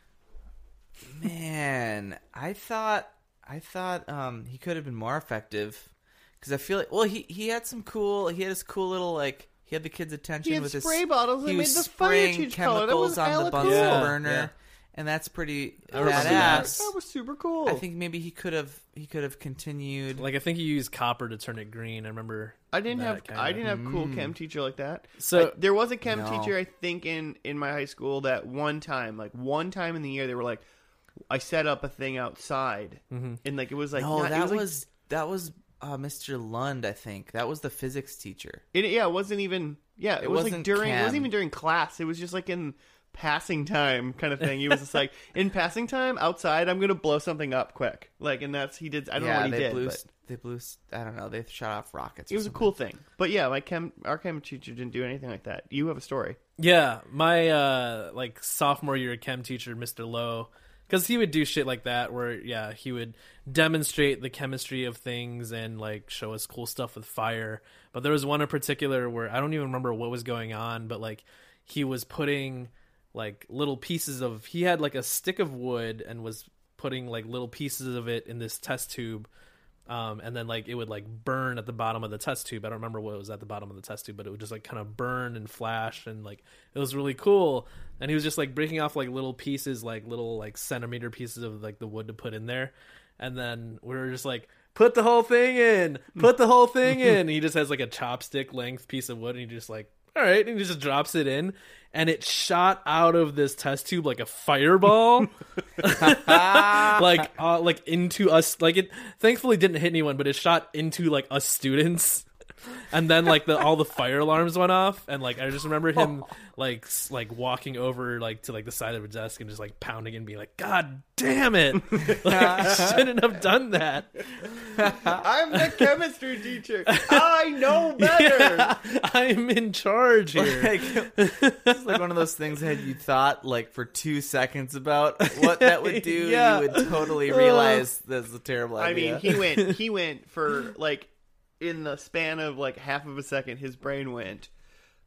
Speaker 3: Man, I thought I thought um he could have been more effective cuz I feel like well he he had some cool he had his cool little like he had the kids attention
Speaker 1: He had
Speaker 3: with his
Speaker 1: spray bottles that
Speaker 3: he
Speaker 1: made
Speaker 3: was
Speaker 1: the fire
Speaker 3: spraying
Speaker 1: change color. That
Speaker 3: chemicals
Speaker 1: was
Speaker 3: on the
Speaker 1: hella
Speaker 3: Bunsen
Speaker 1: cool.
Speaker 2: Yeah,
Speaker 3: burner
Speaker 2: yeah.
Speaker 3: and that's pretty
Speaker 2: I remember
Speaker 1: That
Speaker 2: that.
Speaker 1: was
Speaker 3: badass.
Speaker 1: super- that was super cool.
Speaker 3: I think maybe he could have he could have continued
Speaker 2: like I think he used copper to turn it green. I remember.
Speaker 1: I didn't
Speaker 2: that
Speaker 1: have
Speaker 2: kinda-
Speaker 1: I didn't have
Speaker 3: Mm.
Speaker 1: cool chem teacher like that.
Speaker 2: So-
Speaker 1: I- there was a chem
Speaker 3: No.
Speaker 1: teacher I think in in my high school that one time, like one time in the year, they were like, I set up a thing outside, and like it was like
Speaker 3: Mm-hmm. No,
Speaker 1: not- it
Speaker 3: that was,
Speaker 1: like-
Speaker 3: that was uh, Mr. Lund, I think. That was the physics teacher.
Speaker 1: it, yeah, it wasn't even yeah, it,
Speaker 3: It
Speaker 1: was like
Speaker 3: wasn't
Speaker 1: during it
Speaker 3: chem.
Speaker 1: wasn't even during class. It was just like in passing time kind of thing. He was just
Speaker 3: [laughs]
Speaker 1: like in passing time outside. I'm gonna blow something up quick, like and that's he did. I don't know
Speaker 3: yeah,
Speaker 1: what he
Speaker 3: they
Speaker 1: did.
Speaker 3: blew.
Speaker 1: but-
Speaker 3: s- They blew. s- I don't know. They shot off rockets.
Speaker 1: it was a cool thing, but yeah, my chem, our chem teacher didn't do anything like that. You have a story.
Speaker 2: Yeah, my uh like sophomore year chem teacher, Mr. Lowe, because he would do shit like that where yeah he would demonstrate the chemistry of things and like show us cool stuff with fire. But there was one in particular where I don't even remember what was going on, but like he was putting like little pieces of he had like a stick of wood and was putting like little pieces of it in this test tube um, and then like it would like burn at the bottom of the test tube. I don't remember what was at the bottom of the test tube, but it would just like kind of burn and flash, and like it was really cool. And he was just like breaking off like little pieces, like little like centimeter pieces of like the wood to put in there, and then we were just like. Put the whole thing in. Put the whole thing in. And he just has like a chopstick length piece of wood, and he just like, all right, and he just drops it in, and it shot out of this test tube like a fireball. like uh, like into us like it thankfully didn't hit anyone but it shot into like us students [laughs] and then like the all the fire alarms went off, and like I just remember him like s- like walking over like to like the side of a desk and just like pounding and being like, "God damn it! [laughs] Like, I shouldn't have done that."
Speaker 1: I'm the chemistry
Speaker 3: [laughs]
Speaker 1: teacher. I know better.
Speaker 2: [laughs] I'm in charge here.
Speaker 3: [laughs] Like, it's like one of those things had you thought like for two seconds about [laughs] what that would do,
Speaker 2: Yeah.
Speaker 3: you would
Speaker 1: [laughs]
Speaker 3: totally realize that's a terrible
Speaker 1: I mean,
Speaker 3: idea.
Speaker 1: he went.
Speaker 2: [laughs]
Speaker 1: He went for like in the span of like half of a second. His brain went.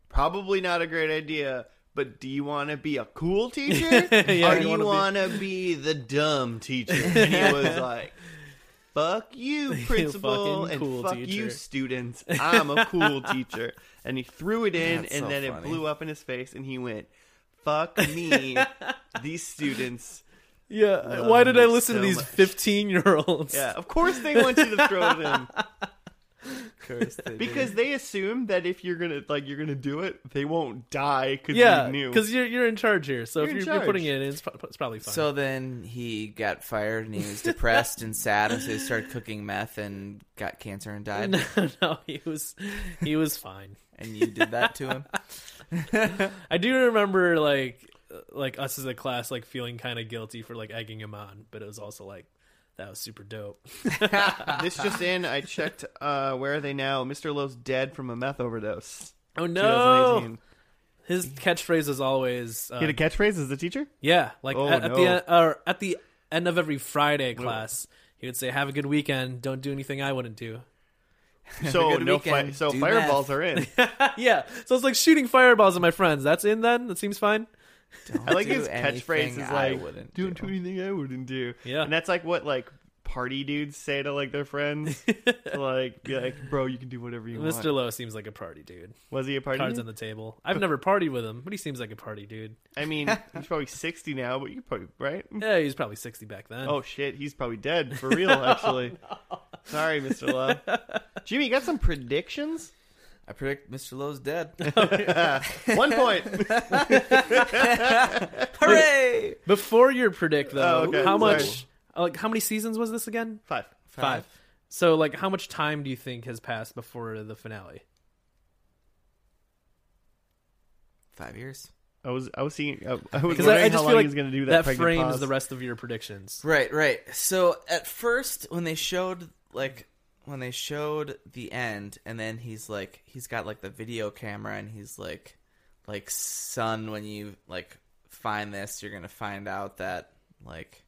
Speaker 1: Probably not a great idea. But do you want to be a cool teacher,
Speaker 2: [laughs] Yeah,
Speaker 1: or
Speaker 2: you
Speaker 1: do
Speaker 2: wanna
Speaker 1: you
Speaker 2: be-
Speaker 1: want to be... the dumb teacher? And he
Speaker 2: [laughs]
Speaker 1: was like, "Fuck you, principal,
Speaker 2: fucking
Speaker 1: and
Speaker 2: cool
Speaker 1: fuck
Speaker 2: teacher."
Speaker 1: you,
Speaker 2: [laughs]
Speaker 1: students. I'm a cool teacher." And he threw it in,
Speaker 3: That's
Speaker 1: and
Speaker 3: so
Speaker 1: then it
Speaker 3: funny.
Speaker 1: blew up in his face, and he went, "Fuck
Speaker 2: [laughs]
Speaker 1: me, these students."
Speaker 2: Yeah,
Speaker 1: Love
Speaker 2: why did I
Speaker 1: you
Speaker 2: listen to
Speaker 1: so
Speaker 2: these
Speaker 1: much.
Speaker 2: fifteen-year-olds?
Speaker 1: Yeah, of course they
Speaker 2: [laughs]
Speaker 1: want you to throw them.
Speaker 3: Of course they do.
Speaker 1: because they assume that if you're gonna like you're gonna do it, they won't die because
Speaker 2: yeah,
Speaker 1: you knew. [laughs]
Speaker 2: because you're you're in charge here. So
Speaker 1: You're in
Speaker 2: if you're, you're putting
Speaker 1: charge.
Speaker 2: it in, it's, pro- it's probably fine.
Speaker 3: So then he got fired and he was depressed and sad, and so he started cooking meth and got cancer and died.
Speaker 2: [laughs]
Speaker 1: [laughs]
Speaker 2: no, no, he was he was fine.
Speaker 3: And you did that to him.
Speaker 2: I do remember like uh, like us as a class like feeling kind of guilty for like egging him on, but it was also like that was super dope.
Speaker 1: this just in, I checked. Uh, where are they now? Mr. Lowe's dead from a meth overdose.
Speaker 2: Oh no!
Speaker 1: 2018.
Speaker 2: His catchphrase is always uh,
Speaker 1: He had a catchphrase as the
Speaker 2: [laughs]
Speaker 1: teacher.
Speaker 2: yeah, like
Speaker 1: Oh,
Speaker 2: at, at the
Speaker 1: no.
Speaker 2: end, or at the end of every Friday class, he would say, "Have a good weekend. Don't do anything I wouldn't do." [laughs]
Speaker 1: So
Speaker 3: good
Speaker 1: no,
Speaker 3: weekend.
Speaker 1: fi- so
Speaker 3: Do
Speaker 1: fireballs
Speaker 3: meth.
Speaker 1: are
Speaker 2: [laughs]
Speaker 1: in.
Speaker 2: yeah, so it's like shooting fireballs at my friends. That's in then. That seems fine.
Speaker 3: Don't
Speaker 1: I like
Speaker 3: do
Speaker 1: his catchphrase is
Speaker 3: anything I
Speaker 1: like,
Speaker 3: wouldn't
Speaker 1: "Don't do anything I wouldn't do."
Speaker 2: Yeah.
Speaker 1: and that's like what like party dudes say to like their
Speaker 2: [laughs]
Speaker 1: friends, To, like be like, "Bro, you can do whatever you want."
Speaker 2: Mr. Lowe seems like a party dude.
Speaker 1: Was he a party?
Speaker 2: Cards
Speaker 1: dude?
Speaker 2: on the table. I've never partied with him, but he seems like a party dude.
Speaker 1: I
Speaker 2: [laughs]
Speaker 1: mean, he's probably sixty now, but you probably right.
Speaker 2: Yeah, he was probably sixty back then.
Speaker 1: Oh shit, he's probably dead for real. Actually, sorry, Mister Love. Jimmy, you got some predictions?
Speaker 3: I predict Mr.
Speaker 1: [laughs]
Speaker 3: Lowe's dead.
Speaker 1: One point.
Speaker 3: Hooray!
Speaker 2: Before your predict though,
Speaker 1: Oh, okay.
Speaker 2: how
Speaker 1: Sorry.
Speaker 2: much like how many seasons was this again?
Speaker 1: Five.
Speaker 3: Five.
Speaker 2: So like how much time do you think has passed before the finale?
Speaker 3: Five years.
Speaker 1: I was I was seeing I, I was
Speaker 2: Because I,
Speaker 1: wondering
Speaker 2: I
Speaker 1: how
Speaker 2: just
Speaker 1: long
Speaker 2: feel
Speaker 1: he
Speaker 2: like
Speaker 1: was going to do that. pregnant
Speaker 2: frames
Speaker 1: pause.
Speaker 2: the rest of your predictions.
Speaker 3: Right, right. So at first, when they showed like when they showed the end, and then he's like he's got like the video camera, and he's like like son, when you like find this, you're gonna find out that like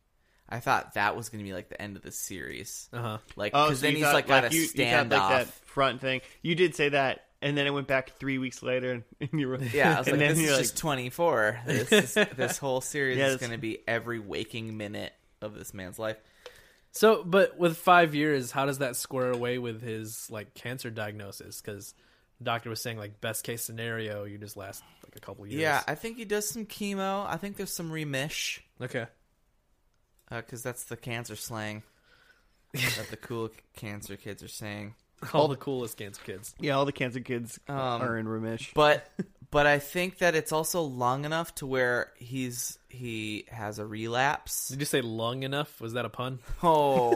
Speaker 3: I thought that was gonna be like the end of the series,
Speaker 2: Uh huh.
Speaker 3: like
Speaker 1: Oh,
Speaker 3: because
Speaker 1: so
Speaker 3: then
Speaker 1: you
Speaker 3: he's
Speaker 1: thought,
Speaker 3: like got a
Speaker 1: you, you had,
Speaker 3: standoff.
Speaker 1: like that front thing. You did say that, and then it went back three weeks later, and, and you were [laughs]
Speaker 3: yeah, I was
Speaker 1: and
Speaker 3: like,
Speaker 1: then
Speaker 3: this is
Speaker 1: you're [laughs]
Speaker 3: just 24. This is, this whole series
Speaker 1: Yeah,
Speaker 3: is
Speaker 1: this-
Speaker 3: going to be every waking minute of this man's life.
Speaker 2: So but with five years, how does that square away with his like cancer diagnosis? Because doctor was saying like best case scenario, you just last like a couple years.
Speaker 3: Yeah, I think he does some chemo. I think there's some remish.
Speaker 2: Okay.
Speaker 3: because that's the cancer slang that the cool c- cancer kids are saying.
Speaker 2: All the coolest cancer kids.
Speaker 1: yeah, all the cancer kids
Speaker 3: Um,
Speaker 1: are in
Speaker 3: [laughs]
Speaker 1: remission.
Speaker 3: But but I think that it's also long enough to where he's he has a relapse.
Speaker 1: [laughs]
Speaker 3: [laughs]
Speaker 2: Did you say long enough? Was that a pun?
Speaker 3: Oh,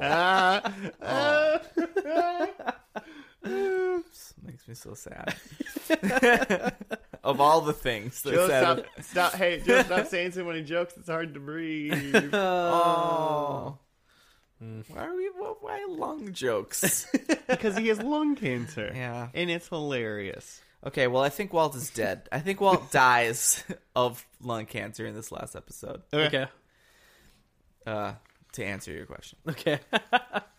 Speaker 1: Ah, ah.
Speaker 3: this makes me
Speaker 1: [laughs]
Speaker 3: so sad. [laughs] of all the things, that
Speaker 1: Joe,
Speaker 3: said,
Speaker 1: stop, stop! Hey, Joe, stop
Speaker 3: [laughs]
Speaker 1: saying so many jokes. It's hard to breathe.
Speaker 3: Oh. Why are we? wh- Why long jokes?
Speaker 1: because he has lung cancer.
Speaker 3: Yeah.
Speaker 1: and it's hilarious.
Speaker 3: okay, well, I think Walt is dead. I think Walt dies of lung cancer in this last episode.
Speaker 2: Okay.
Speaker 3: Uh, to answer your question,
Speaker 2: Okay. [laughs]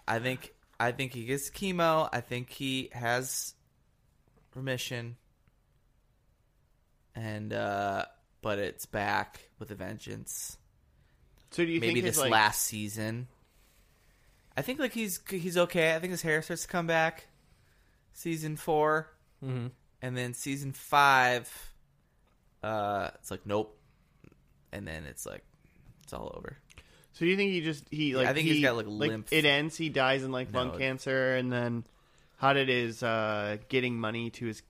Speaker 3: I think I think he gets chemo. I think he has remission, and uh, but it's back with a vengeance.
Speaker 1: So do you
Speaker 3: Maybe
Speaker 1: think
Speaker 3: this
Speaker 1: his, like,
Speaker 3: last season. I think like he's he's okay. I think his hair starts to come back. Season 4 Mm-hmm. and then season five. Uh, it's like nope, and then it's like it's all over.
Speaker 1: So do you think he just he like
Speaker 3: I think
Speaker 1: he,
Speaker 3: he's got, like, lymph.
Speaker 1: It ends. He dies in like lung
Speaker 3: No.
Speaker 1: cancer, and then how did his uh, getting money to his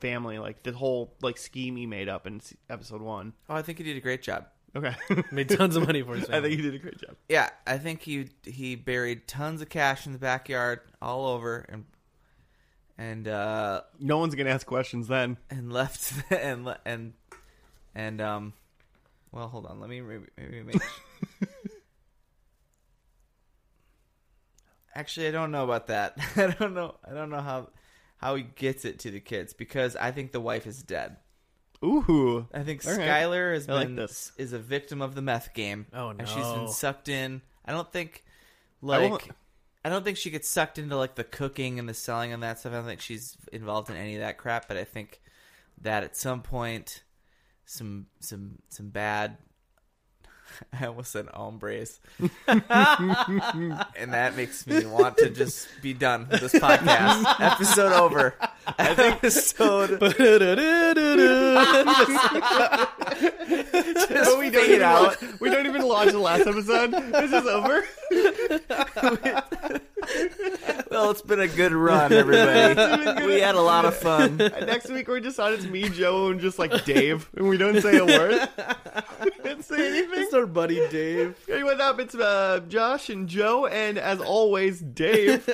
Speaker 1: family like the whole like scheme he made up in se- episode one?
Speaker 3: Oh, I think he did a great job.
Speaker 1: Okay, [laughs]
Speaker 2: Made tons of money for his
Speaker 1: I think
Speaker 2: family.
Speaker 1: he did a great job.
Speaker 3: Yeah, I think he he buried tons of cash in the backyard all over and and uh,
Speaker 1: No one's gonna ask questions then.
Speaker 3: and left [laughs] and le- and and um. Well, hold on. Let me re- maybe make. Actually, I don't know about that. [laughs] I don't know. I don't know how how he gets it to the kids because I think the wife is dead.
Speaker 1: Ooh,
Speaker 3: I think
Speaker 1: All right.
Speaker 3: Skylar has
Speaker 1: I like
Speaker 3: been
Speaker 1: this.
Speaker 3: is a victim of the meth game.
Speaker 2: Oh,
Speaker 3: And she's
Speaker 2: no.
Speaker 3: been sucked in. I don't think
Speaker 1: I
Speaker 3: like
Speaker 1: won't-
Speaker 3: I don't think she gets sucked into like the cooking and the selling and that stuff. I don't think she's involved in any of that crap, but I think that at some point some some some bad [laughs] I almost said
Speaker 1: [laughs]
Speaker 3: hombres. and that makes me want to just be done with this
Speaker 1: [laughs]
Speaker 3: podcast. Episode over. Episode
Speaker 1: No, Oh, we don't
Speaker 3: fade
Speaker 1: even
Speaker 3: out.
Speaker 1: launch- we don't even launch the last episode. This is over.
Speaker 3: [laughs] Well, it's been a good run, everybody. we had a lot of
Speaker 1: [laughs]
Speaker 3: fun.
Speaker 1: And next week we're just on. It's me, Joe, and just like Dave, and we don't say a
Speaker 3: [laughs]
Speaker 1: word. we don't say anything.
Speaker 2: It's our buddy Dave.
Speaker 1: Hey, what up? It's uh, Josh and Joe, and as always,
Speaker 3: [laughs]
Speaker 1: Dave.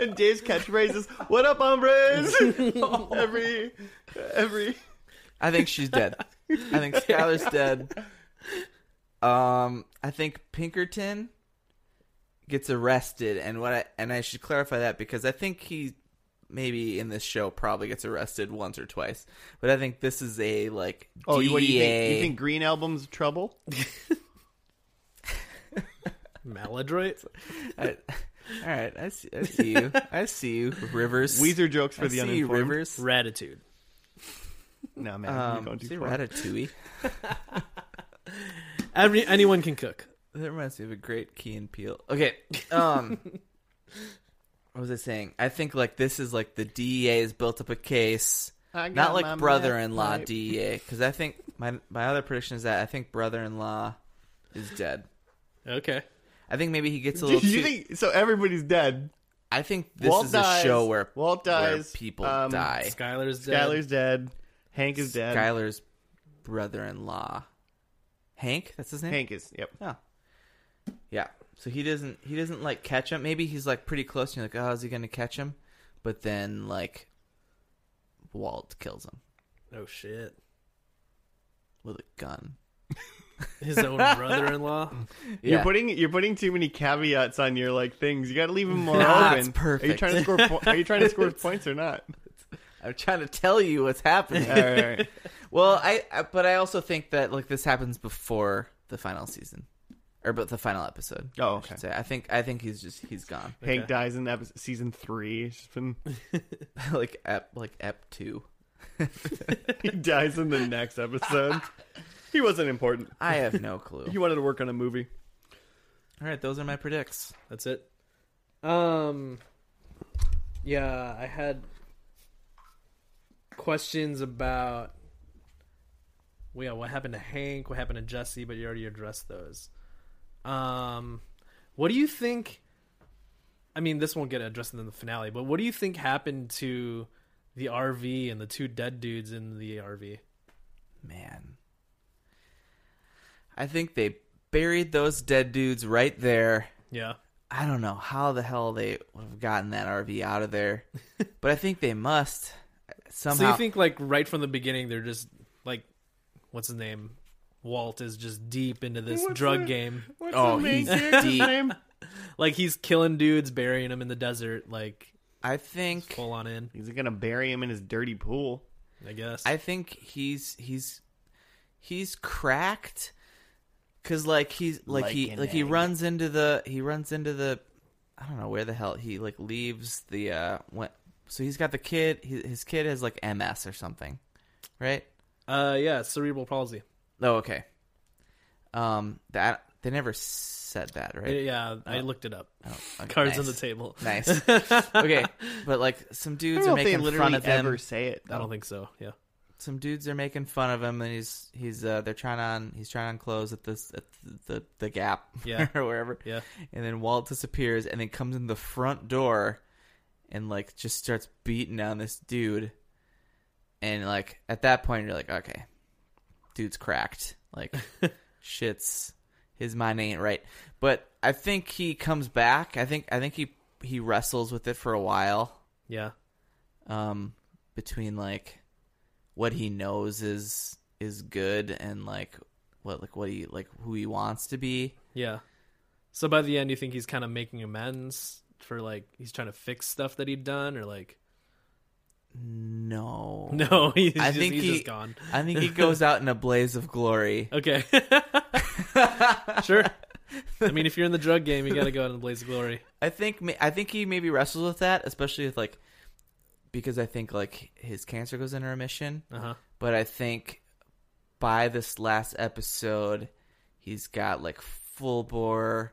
Speaker 1: and Dave's catchphrase is "What up,
Speaker 3: [laughs]
Speaker 1: hombres?" every, every.
Speaker 3: I think she's dead.
Speaker 1: [laughs]
Speaker 3: I think Skylar's dead. Um, I think Pinkerton gets arrested, and what I and I should clarify that because I think he maybe in this show probably gets arrested once or twice, but I think this is a like
Speaker 1: Oh, you- what do you think?
Speaker 3: DEA
Speaker 1: You think Green Album's trouble?
Speaker 2: [laughs] Maladroit.
Speaker 3: [laughs] I- all right, I see, I see you. I see you, Rivers.
Speaker 1: Weezer jokes for
Speaker 3: I
Speaker 1: the
Speaker 3: see you,
Speaker 1: uninformed.
Speaker 3: Rivers.
Speaker 2: Ratitude.
Speaker 1: No man, you're
Speaker 3: Um,
Speaker 1: going
Speaker 3: see
Speaker 1: too far.
Speaker 3: Ratatouille.
Speaker 2: Every anyone can cook.
Speaker 3: That reminds me of a great Key and Peel. Okay,
Speaker 1: [laughs]
Speaker 3: um, what was I saying? I think like this is like the DEA has built up a case,
Speaker 1: I got
Speaker 3: not
Speaker 1: my
Speaker 3: like brother-in-law
Speaker 1: meth pipe.
Speaker 3: DEA, because I think my my other prediction is that I think brother-in-law is dead.
Speaker 2: Okay.
Speaker 3: I think maybe he gets a
Speaker 1: [laughs]
Speaker 3: little.
Speaker 1: Do you
Speaker 3: too,
Speaker 1: think so? Everybody's dead.
Speaker 3: I think this
Speaker 1: Walt
Speaker 3: is
Speaker 1: dies.
Speaker 3: a show where
Speaker 1: Walt
Speaker 3: where
Speaker 1: dies.
Speaker 3: people
Speaker 1: Um,
Speaker 3: die.
Speaker 2: Skylar's dead.
Speaker 1: Skyler's dead. Hank is dead.
Speaker 3: Skyler's brother-in-law, Hank. That's his name.
Speaker 1: Hank is yep.
Speaker 3: Oh. Yeah. So he doesn't he doesn't like catch him. Maybe he's like pretty close and you're like, Oh, is he gonna catch him? But then like Walt kills him
Speaker 2: Oh shit.
Speaker 3: with a gun.
Speaker 2: His own brother-in-law.
Speaker 1: You're putting you're putting too many caveats on your like things. You got to leave them more
Speaker 3: Nah,
Speaker 1: open.
Speaker 3: it's perfect.
Speaker 1: Are you trying to score? Po- are you trying to
Speaker 3: [laughs]
Speaker 1: score points or not?
Speaker 3: I'm trying to tell you what's happening.
Speaker 1: All right, all right.
Speaker 3: [laughs] well, I, I but I also think that like this happens before the final season. Or but the final episode.
Speaker 1: [laughs] Oh,
Speaker 3: I
Speaker 1: okay.
Speaker 3: should say. I think I think he's just
Speaker 1: [laughs]
Speaker 3: he's gone. [laughs]
Speaker 1: Hank dies in episode, season three. It's just been- [laughs]
Speaker 3: like ep like ep two.
Speaker 1: he dies in the next episode. He wasn't important.
Speaker 3: I have no clue.
Speaker 1: He wanted to work on a movie.
Speaker 3: All right, those are my predicts.
Speaker 2: That's it. Um Yeah, I had questions about well, yeah, what happened to Hank, what happened to Jesse, but you already addressed those. Um what do you think I mean this won't get addressed in the finale, but what do you think happened to the RV and the two dead dudes in the RV?
Speaker 3: Man. I think they buried those dead dudes right there.
Speaker 2: Yeah.
Speaker 3: I don't know how the hell they would have gotten that RV out of there, but I think they must
Speaker 2: So
Speaker 3: somehow.
Speaker 2: you think like right from the beginning they're just like what's his name? Walt is just deep into this
Speaker 1: What's
Speaker 2: drug
Speaker 1: that?
Speaker 2: game.
Speaker 1: What's
Speaker 3: Oh,
Speaker 1: the main
Speaker 3: he's
Speaker 1: character's
Speaker 3: deep.
Speaker 1: name?
Speaker 2: Like he's killing dudes, burying them in the desert, like
Speaker 3: I think
Speaker 2: full on in,
Speaker 1: He's gonna bury him in his dirty pool.
Speaker 2: I guess.
Speaker 3: I think he's he's he's cracked because like he's like,
Speaker 1: Like
Speaker 3: he
Speaker 1: an
Speaker 3: like he
Speaker 1: egg.
Speaker 3: runs into the he runs into the I don't know where the hell he like leaves the uh what so he's got the kid his, his kid has like MS or something, right?
Speaker 2: uh yeah, cerebral palsy.
Speaker 3: Oh, okay. Um, that they never said that, right?
Speaker 2: Yeah, I looked it up.
Speaker 3: Oh,
Speaker 2: [laughs]
Speaker 3: okay,
Speaker 2: Cards on the
Speaker 3: nice.
Speaker 2: table. [laughs]
Speaker 3: Nice. okay, but like some
Speaker 1: I
Speaker 3: dudes
Speaker 1: don't
Speaker 3: are
Speaker 1: know if they
Speaker 3: making fun
Speaker 1: literally
Speaker 3: of him.
Speaker 1: ever say it.
Speaker 2: I
Speaker 1: though.
Speaker 3: Oh.
Speaker 2: don't think so.
Speaker 3: [laughs]
Speaker 2: Yeah.
Speaker 3: Some dudes are making fun of him, and he's he's uh they're trying on he's trying on clothes at this at the the, the Gap, [laughs]
Speaker 2: Yeah. [laughs]
Speaker 3: or wherever.
Speaker 2: Yeah.
Speaker 3: And then Walt disappears, and then comes in the front door, and like just starts beating down this dude. And like at that point, you're like, okay, dude's cracked. Like shit's his mind ain't right. But I think he comes back. I think I think he he wrestles with it for a while.
Speaker 2: Yeah.
Speaker 3: um, between like what he knows is is good and like what like what he like who he wants to be.
Speaker 2: Yeah. So by the end, you think he's kind of making amends for like he's trying to fix stuff that he'd done, or like [laughs]
Speaker 3: No,
Speaker 2: no, he's
Speaker 3: I
Speaker 2: just,
Speaker 3: think
Speaker 2: he's
Speaker 3: he-
Speaker 2: just gone.
Speaker 3: I think he goes out in a blaze of glory.
Speaker 2: Okay. [laughs] sure. I mean, if you're in the drug game, you got to go out in a blaze of glory.
Speaker 3: I think ma- I think he maybe wrestles with that, especially with like because I think like his cancer goes into remission,
Speaker 2: Uh huh.
Speaker 3: but I think by this last episode, he's got like full bore.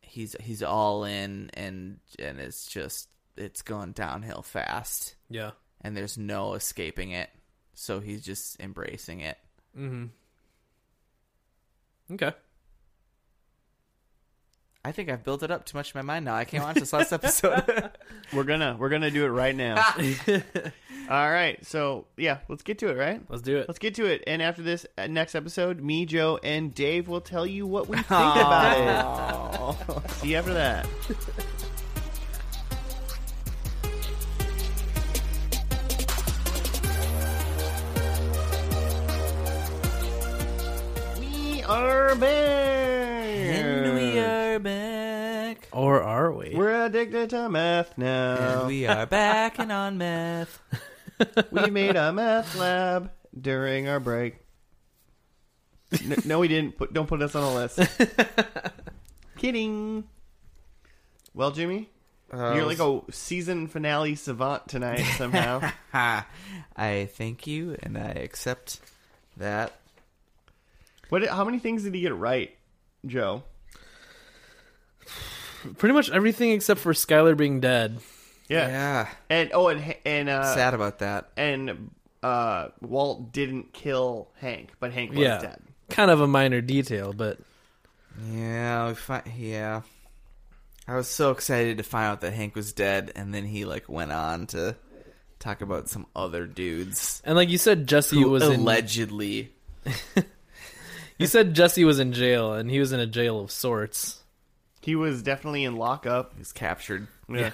Speaker 3: He's he's all in, and and it's just it's going downhill fast,
Speaker 2: Yeah.
Speaker 3: and there's no escaping it. So he's just embracing it.
Speaker 2: Mm-hmm. Okay.
Speaker 3: I think I've built it up too much in my mind now. I can't watch this
Speaker 1: [laughs]
Speaker 3: last episode.
Speaker 1: We're gonna we're gonna do it right now. [laughs] All right, so yeah, let's get to it. Right,
Speaker 2: Let's do it.
Speaker 1: let's get to it. And after this uh, next episode, me, Joe, and Dave will tell you what we think
Speaker 3: [laughs]
Speaker 1: about it. See you after that. We are
Speaker 3: and we
Speaker 1: back.
Speaker 3: are back.
Speaker 2: Or are we?
Speaker 1: We're addicted to meth now.
Speaker 3: And we
Speaker 1: Um.
Speaker 3: are back and on meth.
Speaker 1: we made a meth lab during our break. No, no, we didn't. Put, don't put us on a list. Kidding. Well, Jimmy, [laughs]
Speaker 3: Uh,
Speaker 1: you're like a season finale savant tonight
Speaker 3: [laughs]
Speaker 1: somehow.
Speaker 3: Ha. I thank you and I accept that.
Speaker 1: what? How many things did he get right, Joe?
Speaker 2: Pretty much everything except for Skylar being dead.
Speaker 1: Yeah. And oh, and Ha- and uh,
Speaker 3: Sad about that.
Speaker 1: and uh, Walt didn't kill Hank, but Hank was
Speaker 2: yeah.
Speaker 1: dead.
Speaker 2: Kind of a minor detail, but
Speaker 3: Yeah, we fi- yeah. I was so excited to find out that Hank was dead, and then he like went on to talk about some other dudes
Speaker 2: and like you said, Jesse
Speaker 3: who
Speaker 2: was in.
Speaker 3: allegedly.
Speaker 2: You said Jesse was in jail, and he was in a jail of sorts.
Speaker 1: He was definitely in lockup.
Speaker 3: was captured
Speaker 1: Yeah.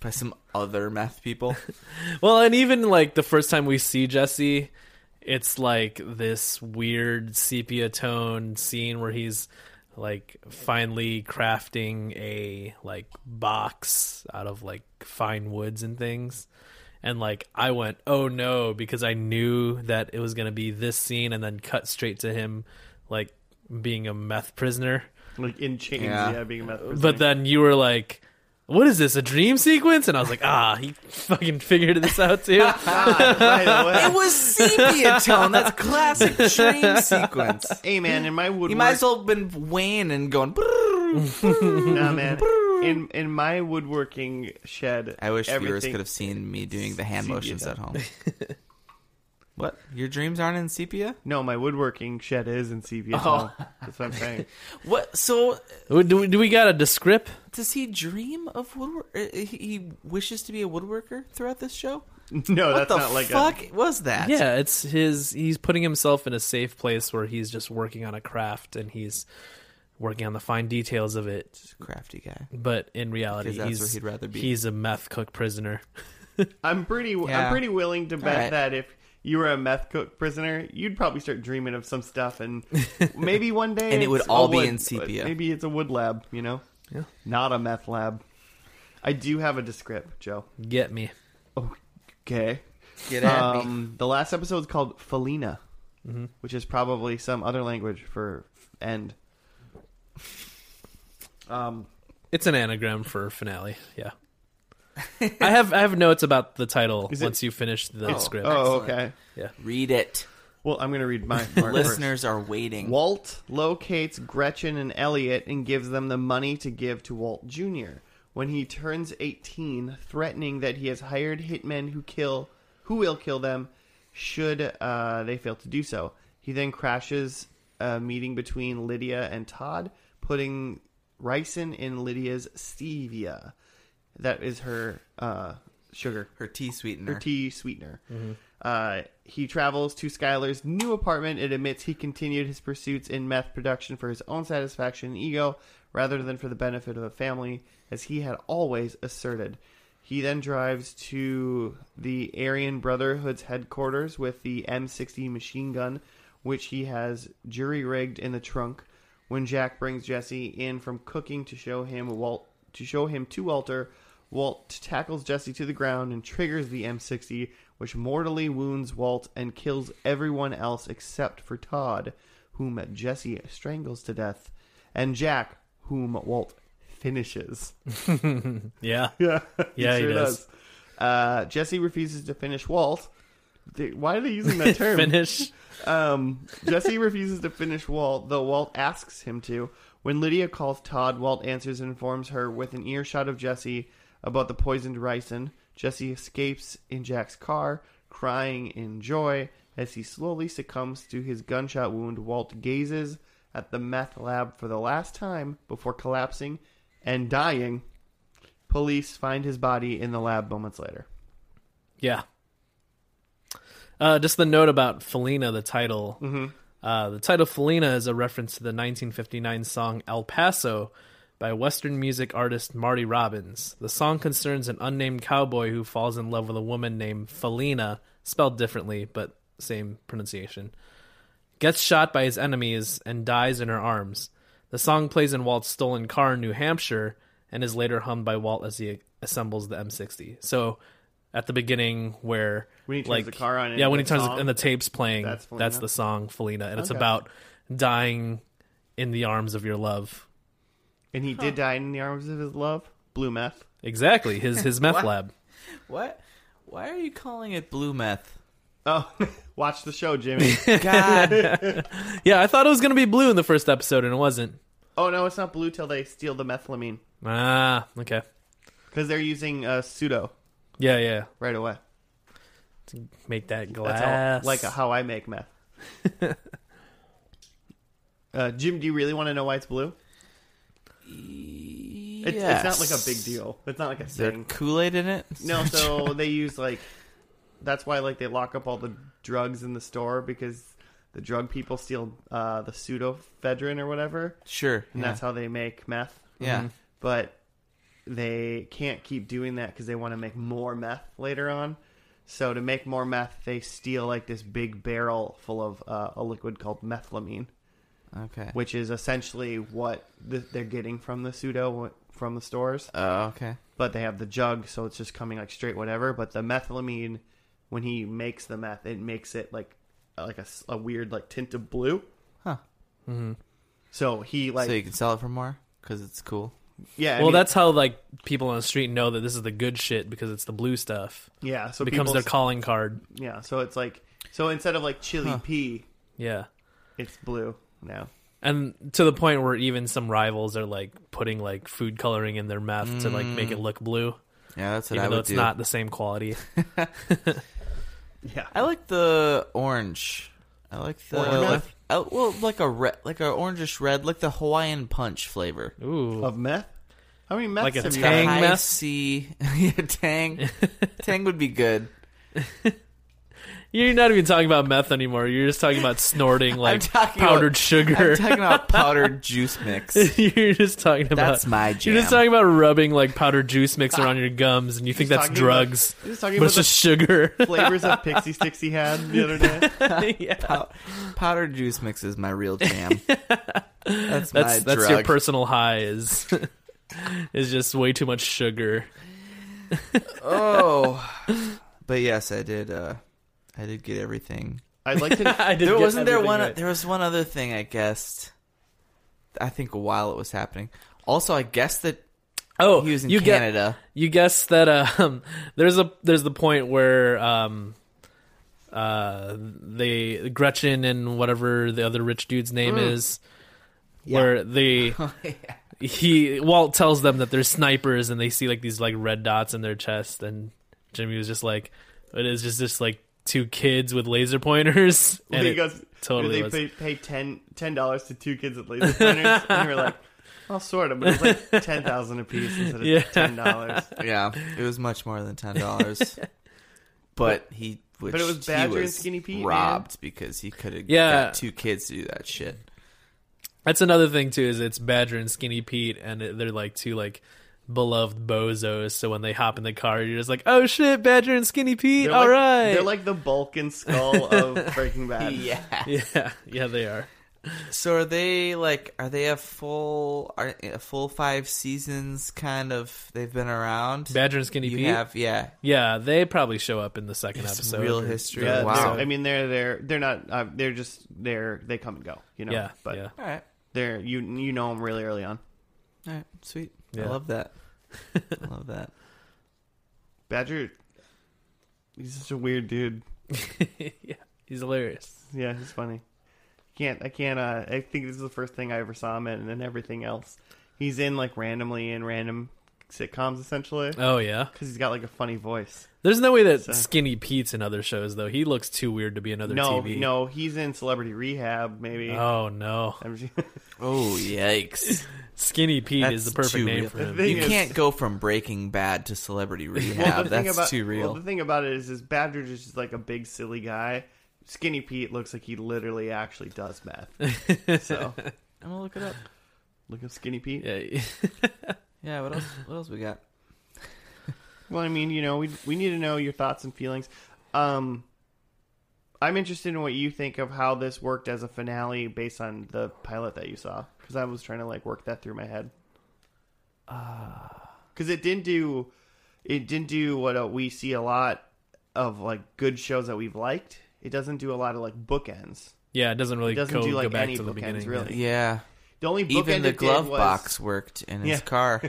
Speaker 3: by some other meth people.
Speaker 2: Well, and even like the first time we see Jesse, it's like this weird sepia tone scene where he's like finally crafting a like box out of like fine woods and things. And like I went, "Oh no," because I knew that it was going to be this scene and then cut straight to him like being a meth prisoner.
Speaker 1: [laughs] like in chains. Yeah,
Speaker 3: Yeah.
Speaker 1: being a
Speaker 3: [laughs]
Speaker 1: meth. prisoner.
Speaker 2: But then you were like, "What is this? A dream sequence?" And I was like, "Ah, he fucking figured this out too."
Speaker 1: Ah, by the way.
Speaker 3: [laughs] it was sepia tone. That's classic [laughs] dream sequence.
Speaker 1: Hey man, in my woodwork,
Speaker 3: He might as well have been weighing and going. [laughs]
Speaker 1: nah, man. In in my woodworking shed,
Speaker 3: I wish viewers
Speaker 1: everything-
Speaker 3: could have seen me doing the hand
Speaker 1: Sepia.
Speaker 3: motions at
Speaker 1: [laughs]
Speaker 3: home. what? Your dreams aren't in sepia?
Speaker 1: No, my woodworking shed is in CVS.
Speaker 3: Oh.
Speaker 1: That's what I'm saying. [laughs]
Speaker 3: What? So
Speaker 2: Ooh, Do we, do we got a descrip?
Speaker 3: does he dream of woodwork? uh, He he wishes to be a woodworker throughout this show.
Speaker 1: No,
Speaker 3: What
Speaker 1: that's
Speaker 3: the
Speaker 1: not like a.
Speaker 3: fuck was that?
Speaker 2: Yeah, it's his. He's putting himself in a safe place where he's just working on a craft and he's working on the fine details of it.
Speaker 3: crafty guy.
Speaker 2: But in reality,
Speaker 3: Because that's
Speaker 2: he's
Speaker 3: where he'd rather be.
Speaker 2: he's a meth cook prisoner. [laughs]
Speaker 1: I'm pretty. I'm
Speaker 3: Yeah.
Speaker 1: pretty willing to bet
Speaker 3: right.
Speaker 1: that if you were a meth cook prisoner, you'd probably start dreaming of some stuff,
Speaker 3: [laughs]
Speaker 1: and maybe one day,
Speaker 3: And it would
Speaker 1: it's
Speaker 3: all
Speaker 1: a
Speaker 3: be
Speaker 1: wood- uh,
Speaker 3: in sepia.
Speaker 1: Maybe it's a wood lab, you know.
Speaker 2: Yeah.
Speaker 1: Not a meth lab. I do have a descript, Joe.
Speaker 2: Get me?
Speaker 1: Okay.
Speaker 3: Get
Speaker 1: Um, the last episode is called Felina, which is probably some other language for end. Um,
Speaker 2: It's an anagram for finale.
Speaker 3: [laughs]
Speaker 2: Yeah. I have I have notes about the title
Speaker 1: Is it-
Speaker 2: once you finish the script.
Speaker 1: oh,
Speaker 3: Excellent.
Speaker 1: okay.
Speaker 3: Read
Speaker 1: [laughs]
Speaker 3: it.
Speaker 1: Well, I'm going to read my part first.
Speaker 3: Listeners are waiting.
Speaker 1: Walt locates Gretchen and Elliot and gives them the money to give to Walt Jr. when he turns 18, threatening that he has hired hitmen who kill who will kill them should uh, they fail to do so. He then crashes a meeting between Lydia and Todd, putting ricin in Lydia's stevia. That is her uh, sugar,
Speaker 3: her tea sweetener.
Speaker 1: her tea sweetener. Uh, he travels to Skylar's new apartment and admits he continued his pursuits in meth production for his own satisfaction and ego rather than for the benefit of the family, as he had always asserted. He then drives to the Aryan Brotherhood's headquarters with the M60 machine gun, which he has jury rigged in the trunk. When Jack brings Jesse in from cooking to show him Walt to show him to Walter, Walt tackles Jesse to the ground and triggers the M60, which mortally wounds Walt and kills everyone else except for Todd, whom Jesse strangles to death, and Jack, whom Walt finishes. [laughs]
Speaker 2: Yeah. [laughs]
Speaker 1: Yeah,
Speaker 2: Yeah, he does.
Speaker 1: Uh, Jesse refuses to finish Walt. They- Why are they using
Speaker 2: [laughs]
Speaker 1: that term?
Speaker 2: Finish.
Speaker 1: Um, Jesse [laughs] refuses to finish Walt, though Walt asks him to. When Lydia calls Todd, Walt answers and informs her with an earshot of Jesse about the poisoned ricin. Jesse escapes in Jack's car, crying in joy. As he slowly succumbs to his gunshot wound, Walt gazes at the meth lab for the last time before collapsing and dying. Police find his body in the lab moments later.
Speaker 2: Yeah. Uh, just the note about Felina, the title. Uh, the title Felina is a reference to the 1959 song El Paso by Western music artist Marty Robbins. The song concerns an unnamed cowboy who falls in love with a woman named Felina, spelled differently, but same pronunciation. Gets shot by his enemies and dies in her arms. The song plays in Walt's stolen car in New Hampshire and is later hummed by Walt as he assembles the M60. So at the beginning, where
Speaker 1: When he turns
Speaker 2: like
Speaker 1: the car on and
Speaker 2: yeah, when he
Speaker 1: the
Speaker 2: turns
Speaker 1: song-
Speaker 2: and the tape's playing,
Speaker 1: That's
Speaker 2: that's,
Speaker 1: Felina?
Speaker 2: the song Felina, and it's
Speaker 1: Okay.
Speaker 2: about dying in the arms of your love.
Speaker 1: And he did die in the arms of his love, blue meth.
Speaker 2: Exactly, his
Speaker 1: [laughs]
Speaker 2: his meth
Speaker 3: What?
Speaker 2: lab.
Speaker 3: What? Why are you calling it blue meth?
Speaker 1: Oh, [laughs] watch the show,
Speaker 3: [laughs]
Speaker 1: Jimmy.
Speaker 3: God,
Speaker 2: Yeah, I thought it was gonna be blue in the first episode, and it wasn't.
Speaker 1: oh no, it's not blue till they steal the methylamine
Speaker 2: Ah, okay,
Speaker 1: because they're using uh, pseudo
Speaker 2: yeah, yeah.
Speaker 1: right away.
Speaker 2: Make that glass
Speaker 1: That's how, like how I make
Speaker 3: [laughs]
Speaker 1: meth. uh, Jim, do you really want to know why it's blue? It's, it's not like a big deal. It's not like a
Speaker 3: Is there
Speaker 1: thing.
Speaker 3: Kool Aid in it? [laughs]
Speaker 1: No, so they use like that's why like they lock up all the drugs in the store because the drug people steal uh, the pseudoephedrine or whatever,
Speaker 3: sure.
Speaker 1: and
Speaker 3: yeah.
Speaker 1: that's how they make meth.
Speaker 3: yeah.
Speaker 1: but they can't keep doing that because they want to make more meth later on. So to make more meth, they steal like this big barrel full of uh, a liquid called methylamine, Mm-hmm.
Speaker 3: Okay.
Speaker 1: which is essentially what th- they're getting from the pseudo from the stores.
Speaker 3: Oh, okay.
Speaker 1: But they have the jug, so it's just coming like straight whatever. But the methylamine, when he makes the meth, it makes it like uh, like a, s- a weird like tint of blue.
Speaker 3: Huh.
Speaker 2: Mm-hmm.
Speaker 1: So he like
Speaker 3: so you can sell it for more because it's cool.
Speaker 1: yeah. I
Speaker 2: well,
Speaker 1: mean,
Speaker 2: that's how like people on the street know that this is the good shit because it's the blue stuff.
Speaker 1: yeah. So
Speaker 2: It becomes
Speaker 1: people-
Speaker 2: their calling card.
Speaker 1: Yeah, so it's like so instead of like chili pea,
Speaker 2: Yeah.
Speaker 1: it's blue now.
Speaker 2: And to the point where even some rivals are like putting like food coloring in their meth to like make it look blue,
Speaker 3: Yeah, that's what I
Speaker 2: even
Speaker 3: would
Speaker 2: though it's
Speaker 3: do.
Speaker 2: not the same quality.
Speaker 1: Yeah.
Speaker 3: I like the orange. I like the
Speaker 1: Orange meth?
Speaker 3: I- well, like a red, like a orangish red, like the Hawaiian punch flavor.
Speaker 2: Ooh,
Speaker 1: Oh. Of meth? How many meth
Speaker 2: Like a
Speaker 1: have you
Speaker 2: tang
Speaker 1: had?
Speaker 3: High
Speaker 2: meth?
Speaker 3: C, [laughs] yeah, tang,
Speaker 2: [laughs]
Speaker 3: tang would be good.
Speaker 2: you're not even talking about meth anymore. You're just talking about snorting like
Speaker 3: talking
Speaker 2: powdered
Speaker 3: about-
Speaker 2: sugar.
Speaker 3: I'm talking
Speaker 2: [laughs]
Speaker 3: about powdered juice mix.
Speaker 2: you're just talking about
Speaker 3: That's my
Speaker 2: You're just
Speaker 3: jam.
Speaker 2: talking about rubbing like powdered juice mixer on your gums, and you think that's
Speaker 1: talking about-
Speaker 2: drugs,
Speaker 1: He was talking
Speaker 2: but
Speaker 1: about
Speaker 2: it's just [laughs] sugar.
Speaker 1: the flavors of pixie sticks he had the other day.
Speaker 2: [laughs] Yeah.
Speaker 3: Pow- powdered juice mix is my real
Speaker 2: [laughs]
Speaker 3: jam. That's my
Speaker 2: That's that's
Speaker 3: drug.
Speaker 2: your personal high
Speaker 3: [laughs]
Speaker 2: is is just way too much sugar.
Speaker 3: oh,
Speaker 2: [laughs]
Speaker 3: but yes, I did. Uh, I did get everything.
Speaker 1: I'd like to
Speaker 2: I did
Speaker 3: There wasn't there one. There was one other thing I guessed. I think while it was happening. Also, I guessed that
Speaker 2: Oh,
Speaker 3: he was in
Speaker 2: you get-
Speaker 3: Canada.
Speaker 2: you guess that um there's a there's the point where um uh they Gretchen and whatever the other rich dude's name
Speaker 3: Mm.
Speaker 2: is where
Speaker 3: [laughs]
Speaker 2: they
Speaker 3: Oh,
Speaker 2: he Walt tells them that they're snipers and they see like these like red dots in their chest and Jimmy was just like it is just just like two kids with laser pointers [laughs] and
Speaker 1: he
Speaker 2: it
Speaker 1: goes
Speaker 2: totally
Speaker 1: do they
Speaker 2: was.
Speaker 1: pay, pay ten ten dollars to two kids at laser pointers? and we're like, I'll sort them, but it's
Speaker 2: [laughs]
Speaker 1: like ten thousand a piece instead of
Speaker 2: Yeah.
Speaker 1: ten
Speaker 2: [laughs]
Speaker 1: dollars.
Speaker 3: Yeah, it was much more than ten dollars. but he, which
Speaker 1: But it was
Speaker 3: he
Speaker 1: Badger and Skinny Pete, man.
Speaker 3: robbed because he could have
Speaker 2: Yeah.
Speaker 3: got two kids to do
Speaker 1: [laughs]
Speaker 3: that shit.
Speaker 2: That's another thing too. Is it's Badger and Skinny Pete, and it- they're like two like beloved bozos. So when they hop in the car, you're just like, oh shit, Badger and Skinny Pete.
Speaker 1: They're
Speaker 2: All
Speaker 1: like,
Speaker 2: right.
Speaker 1: they're like the bulk and skull
Speaker 2: [laughs]
Speaker 1: of Breaking Bad. Uh,
Speaker 3: Yeah.
Speaker 2: yeah, yeah, they are.
Speaker 3: So are they like? Are they a full? Are a full five seasons? Kind of. They've been around.
Speaker 2: Badger and Skinny
Speaker 3: you
Speaker 2: Pete.
Speaker 3: have yeah.
Speaker 2: yeah, they probably show up in the second
Speaker 3: Some
Speaker 2: episode.
Speaker 3: real history.
Speaker 1: Yeah,
Speaker 3: wow.
Speaker 1: they're- I mean, they're they're they're not. Uh, they're just they're they come and go. You know.
Speaker 2: Yeah,
Speaker 1: But
Speaker 2: yeah.
Speaker 3: all right.
Speaker 1: they're you you know them really early on.
Speaker 3: All right. Sweet. I
Speaker 2: Yeah.
Speaker 3: love that. I love that.
Speaker 1: Badger, he's such a weird dude. [laughs]
Speaker 2: yeah, [laughs] he's hilarious.
Speaker 1: Yeah, he's funny. Can't I can't. Uh, I think this is the first thing I ever saw him in, and then everything else. He's in like randomly in random sitcoms essentially
Speaker 3: Uh,
Speaker 2: Oh yeah.
Speaker 1: because he's got like a funny voice.
Speaker 2: There's no way that
Speaker 1: So-
Speaker 2: Skinny Pete's in other shows though. He looks too weird to be another
Speaker 1: no,
Speaker 2: TV.
Speaker 1: no, he's in Celebrity Rehab maybe.
Speaker 2: Oh no.
Speaker 1: [laughs] I'm just-
Speaker 3: [laughs] Oh yikes!
Speaker 2: [laughs] Skinny Pete is
Speaker 3: That's
Speaker 2: the perfect
Speaker 3: too
Speaker 2: name
Speaker 3: real.
Speaker 2: for
Speaker 1: The
Speaker 2: him.
Speaker 1: thing
Speaker 3: you
Speaker 1: is-
Speaker 3: can't go from Breaking Bad to Celebrity Rehab.
Speaker 1: Well, the thing
Speaker 3: That's
Speaker 1: about,
Speaker 3: too real.
Speaker 1: Well, the thing about it is, is Badger is just like a big silly guy. Skinny Pete looks like he literally actually does meth. [laughs]
Speaker 3: [laughs]
Speaker 1: so
Speaker 3: I'm gonna look it up.
Speaker 1: look up Skinny Pete.
Speaker 2: [laughs] Yeah.
Speaker 3: Yeah. What else? What else we got?
Speaker 1: Well, I mean, you know, we we need to know your thoughts and feelings. Um, I'm interested in what you think of how this worked as a finale based on the pilot that you saw, because I was trying to like work that through my head.
Speaker 3: Uh.
Speaker 1: Because it didn't do, it didn't do what uh, we see a lot of like good shows that we've liked. It doesn't do a lot of like bookends.
Speaker 2: yeah, it doesn't really
Speaker 1: It doesn't
Speaker 2: go,
Speaker 1: do
Speaker 2: go
Speaker 1: like
Speaker 2: back
Speaker 1: any
Speaker 2: to the
Speaker 1: bookends,
Speaker 2: beginning.
Speaker 1: really.
Speaker 3: Yeah.
Speaker 1: The only bookend
Speaker 3: Even the
Speaker 1: it did
Speaker 3: glove
Speaker 1: was-
Speaker 3: box worked in his
Speaker 1: Yeah.
Speaker 3: [laughs] car.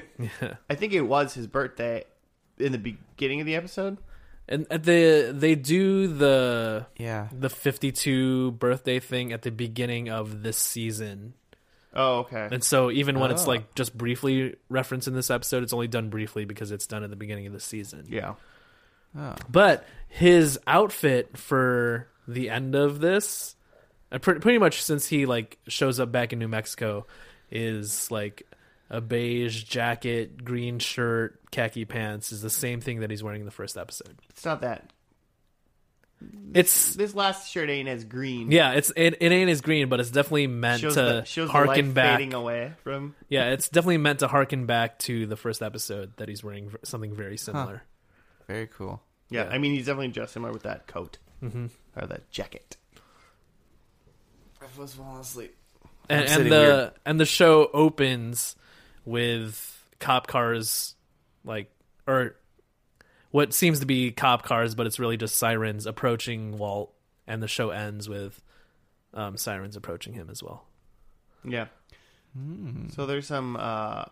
Speaker 1: I think it was his birthday in the beginning of the episode.
Speaker 2: And at the they do the
Speaker 3: Yeah.
Speaker 2: the 52 birthday thing at the beginning of this season.
Speaker 1: Oh, okay.
Speaker 2: And so even when it's
Speaker 3: Oh.
Speaker 2: like just briefly referenced in this episode, it's only done briefly because it's done at the beginning of the season.
Speaker 1: yeah.
Speaker 3: Oh.
Speaker 2: But his outfit for the end of this, uh, pre- pretty much since he like shows up back in New Mexico, is like a beige jacket, green shirt, khaki pants is the same thing that he's wearing in the first episode.
Speaker 1: It's not that
Speaker 2: It's
Speaker 1: this last shirt ain't as green.
Speaker 2: yeah, it's it, it ain't as green, but it's definitely meant
Speaker 1: shows
Speaker 2: to
Speaker 1: the, shows the
Speaker 2: harken
Speaker 1: light
Speaker 2: back.
Speaker 1: fading away from.
Speaker 2: Yeah, it's definitely meant to harken back to the first episode that he's wearing v- something very similar.
Speaker 3: Very cool.
Speaker 1: Yeah,
Speaker 2: Yeah. Mm-hmm.
Speaker 1: I mean he's definitely dressed similar with that coat or that jacket.
Speaker 3: I was falling asleep.
Speaker 2: and,
Speaker 3: sitting
Speaker 2: and the and the show opens with cop cars like or what seems to be cop cars but it's really just sirens approaching walt and the show ends with um, sirens approaching him as well
Speaker 1: Yeah.
Speaker 2: Hmm.
Speaker 1: So there's some uh,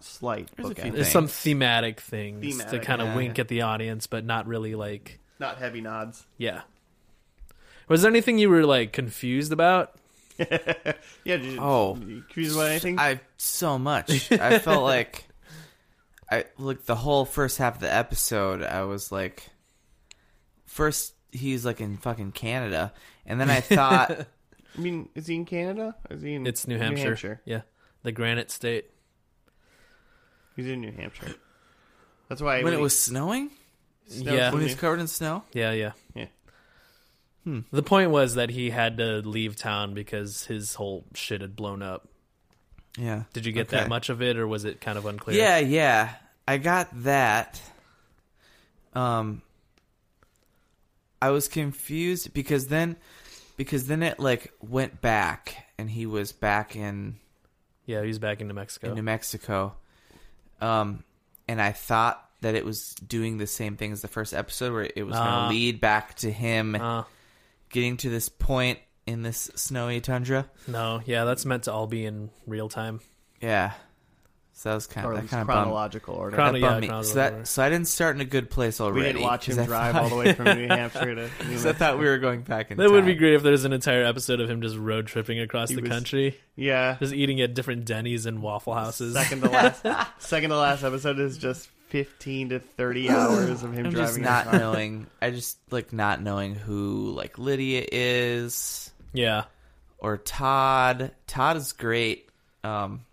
Speaker 1: slight
Speaker 3: There's a few
Speaker 1: bookend.
Speaker 3: things.
Speaker 2: there's some thematic things to
Speaker 1: Thematic,
Speaker 2: kind of
Speaker 1: yeah,
Speaker 2: wink
Speaker 1: yeah.
Speaker 2: at the audience but not really like
Speaker 1: not heavy nods. [laughs]
Speaker 2: yeah was there anything you were like confused about
Speaker 1: Yeah. Did you,
Speaker 3: Oh.
Speaker 1: did you confused about anything?
Speaker 3: I so much. I [laughs] felt like I like the whole first half of the episode. I was like, first he's like in fucking Canada, and then I [laughs] thought,
Speaker 1: I mean, is he in Canada? Or is he in?
Speaker 2: it's new hampshire, yeah the granite state
Speaker 1: He's in New Hampshire. That's why
Speaker 3: when it was snowing,
Speaker 1: snow
Speaker 2: yeah.
Speaker 3: when
Speaker 1: New-
Speaker 3: he's covered in snow.
Speaker 2: Yeah, yeah.
Speaker 1: Yeah.
Speaker 2: The point was that he had to leave town because his whole shit had blown up.
Speaker 3: Yeah.
Speaker 2: Did you get
Speaker 3: Okay.
Speaker 2: that much of it, or was it kind of unclear?
Speaker 3: Yeah, yeah. I got that. Um I was confused because then because then it like went back and he was back in
Speaker 2: yeah. He's back in New Mexico.
Speaker 3: in New Mexico. Um and I thought that it was doing the same thing as the first episode where it was going
Speaker 2: Ah.
Speaker 3: to lead back to him
Speaker 2: Ah.
Speaker 3: getting to this point in this snowy tundra.
Speaker 2: no, yeah, that's meant to all be in real time.
Speaker 3: Yeah. So that was kind
Speaker 1: or at
Speaker 3: of that
Speaker 1: least
Speaker 3: kind of
Speaker 1: chronological order.
Speaker 2: Chron-
Speaker 3: That
Speaker 2: Yeah,
Speaker 3: bummed me. So
Speaker 2: chronological order.
Speaker 3: that so I didn't start in a good place already.
Speaker 1: we didn't watch
Speaker 3: 'cause
Speaker 1: him
Speaker 3: I
Speaker 1: drive
Speaker 3: thought-
Speaker 1: all the way
Speaker 3: [laughs]
Speaker 1: from New Hampshire to. New
Speaker 3: Because I
Speaker 1: Mexico.
Speaker 3: thought we were going back in
Speaker 2: That would be
Speaker 3: time.
Speaker 2: great if there was an entire episode of him just road tripping across
Speaker 1: He
Speaker 2: the
Speaker 1: was-
Speaker 2: country,
Speaker 1: Yeah.
Speaker 2: just eating at different Denny's and Waffle Houses.
Speaker 1: Second to last. second to last episode is just fifteen to thirty hours of him
Speaker 3: [sighs] I'm
Speaker 1: driving.
Speaker 3: just
Speaker 1: in
Speaker 3: not
Speaker 1: a car.
Speaker 3: knowing. I just like not knowing who like Lydia is
Speaker 2: [laughs] Yeah,
Speaker 3: or Todd. Todd is great. Um,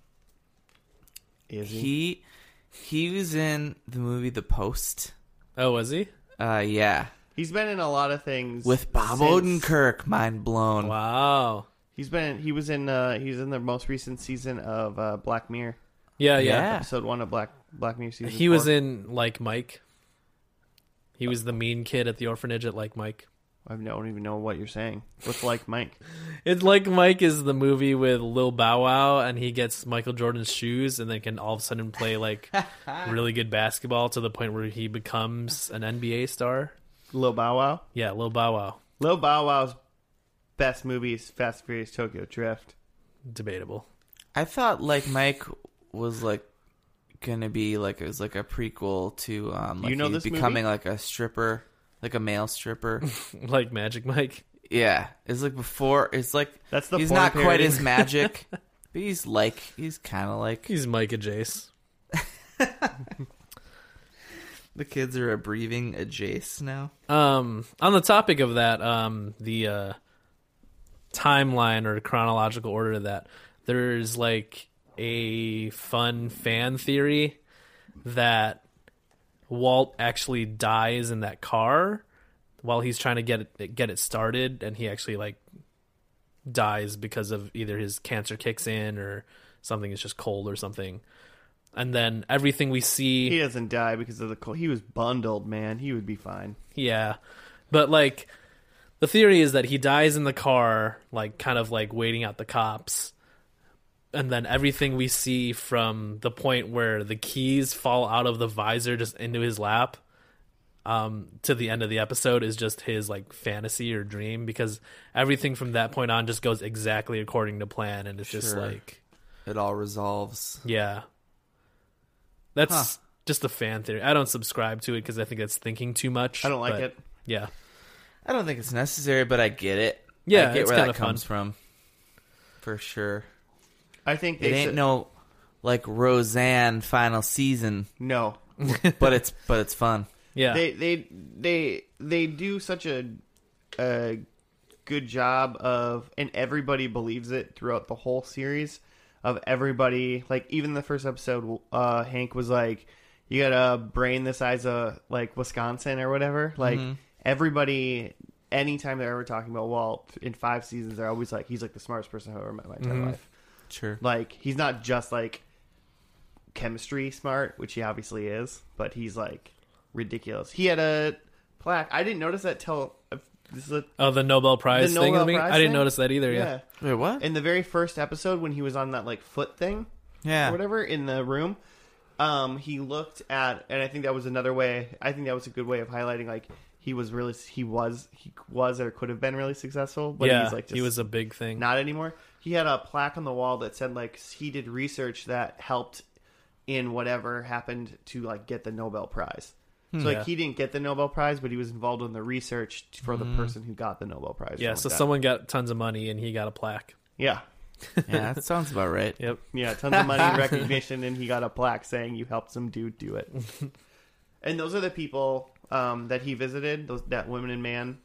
Speaker 1: Is he?
Speaker 3: He he was in the movie The Post.
Speaker 2: Oh, was he?
Speaker 3: Uh, yeah,
Speaker 1: He's been in a lot of things
Speaker 3: with Bob
Speaker 1: since-
Speaker 3: Odenkirk. Mind blown.
Speaker 2: Wow.
Speaker 1: He's been he was in uh he's in the most recent season of uh, Black Mirror
Speaker 2: Yeah, yeah.
Speaker 3: Yeah.
Speaker 1: episode one of Black Black Mirror season.
Speaker 2: He was
Speaker 1: four.
Speaker 2: in like Mike. He was the mean kid at the orphanage at like Mike.
Speaker 1: I don't even know what you're saying. With like Mike,
Speaker 2: It's like Mike is the movie with Lil Bow Wow, and he gets Michael Jordan's shoes, and then can all of a sudden play [laughs] like really good basketball to the point where he becomes an NBA star.
Speaker 1: Lil Bow Wow.
Speaker 2: Yeah, Lil Bow Wow,
Speaker 1: Lil Bow Wow's best movie is Fast and Furious Tokyo Drift.
Speaker 2: debatable. [laughs]
Speaker 3: I thought like Mike was like gonna be like it was like a prequel to um like
Speaker 1: You know
Speaker 3: he
Speaker 1: this
Speaker 3: becoming like a stripper, like a male [laughs] stripper.
Speaker 2: Like Magic Mike.
Speaker 3: yeah, it's like before. It's like
Speaker 1: That's the
Speaker 3: he's
Speaker 1: porn
Speaker 3: not quite
Speaker 1: parody.
Speaker 3: as [laughs] magic, but he's like he's kind of like
Speaker 2: He's Micah Jace.
Speaker 3: the kids are breathing a Jace now.
Speaker 2: Um, on the topic of that, um, the uh, timeline or chronological order to that, there's like a fun fan theory that Walt actually dies in that car while he's trying to get it, get it started, and he actually like dies because of either his cancer kicks in or something is just cold or something. And then everything we see
Speaker 1: He doesn't die because of the cold. He was bundled, man. He would be fine.
Speaker 2: Yeah. But like the theory is that he dies in the car, like kind of like waiting out the cops. And then everything we see from the point where the keys fall out of the visor just into his lap um, to the end of the episode is just his like fantasy or dream because everything from that point on just goes exactly according to plan and it's just
Speaker 3: Sure.
Speaker 2: like
Speaker 3: It all resolves.
Speaker 2: yeah. That's just a fan theory. I don't subscribe to it because I think that's thinking too much.
Speaker 1: I don't like
Speaker 2: but,
Speaker 1: it.
Speaker 2: Yeah.
Speaker 3: I don't think it's necessary, but I get it.
Speaker 2: Yeah,
Speaker 3: I get
Speaker 2: it's
Speaker 3: where
Speaker 2: kinda
Speaker 3: that comes from, for sure.
Speaker 1: I think they
Speaker 3: It ain't
Speaker 1: should-
Speaker 3: no like Roseanne final season,
Speaker 1: no.
Speaker 3: but it's but it's fun.
Speaker 2: Yeah.
Speaker 1: They they they they do such a a good job of and everybody believes it throughout the whole series of everybody like even the first episode uh Hank was like you got a brain the size of like Wisconsin or whatever like everybody anytime they're ever talking about Walt in five seasons they're always like he's like the smartest person I've ever met in my entire life
Speaker 3: [laughs] Sure.
Speaker 1: like he's not just like chemistry smart, which he obviously is, but he's like ridiculous. He had a plaque. I didn't notice that till uh, this is a,
Speaker 2: Oh, the Nobel Prize
Speaker 1: The
Speaker 2: thing.
Speaker 1: Nobel
Speaker 2: I mean,
Speaker 1: Prize
Speaker 2: I didn't
Speaker 1: thing?
Speaker 2: notice that either. Yeah.
Speaker 1: yeah.
Speaker 3: Wait, what?
Speaker 1: In the very first episode when he was on that like foot thing
Speaker 3: yeah.
Speaker 1: or
Speaker 3: [laughs]
Speaker 1: whatever in the room, um, he looked at, and I think that was another way. I think that was a good way of highlighting like he was really he was he was or could have been really successful, but
Speaker 2: yeah,
Speaker 1: he's like just
Speaker 2: he was a big thing.
Speaker 1: not anymore. He had a plaque on the wall that said like he did research that helped in whatever happened to like get the Nobel Prize. So like
Speaker 2: Yeah.
Speaker 1: he didn't get the Nobel Prize, but he was involved in the research t- for the person who got the Nobel Prize.
Speaker 2: Mm-hmm. yeah,
Speaker 1: something
Speaker 2: so
Speaker 1: like that.
Speaker 2: someone got tons of money and he got a plaque.
Speaker 1: yeah,
Speaker 3: yeah, that sounds about right.
Speaker 2: Yep.
Speaker 1: yeah, tons of money
Speaker 2: [laughs]
Speaker 1: and recognition, and he got a plaque saying you helped some dude do it. and those are the people um, that he visited. Those that women and man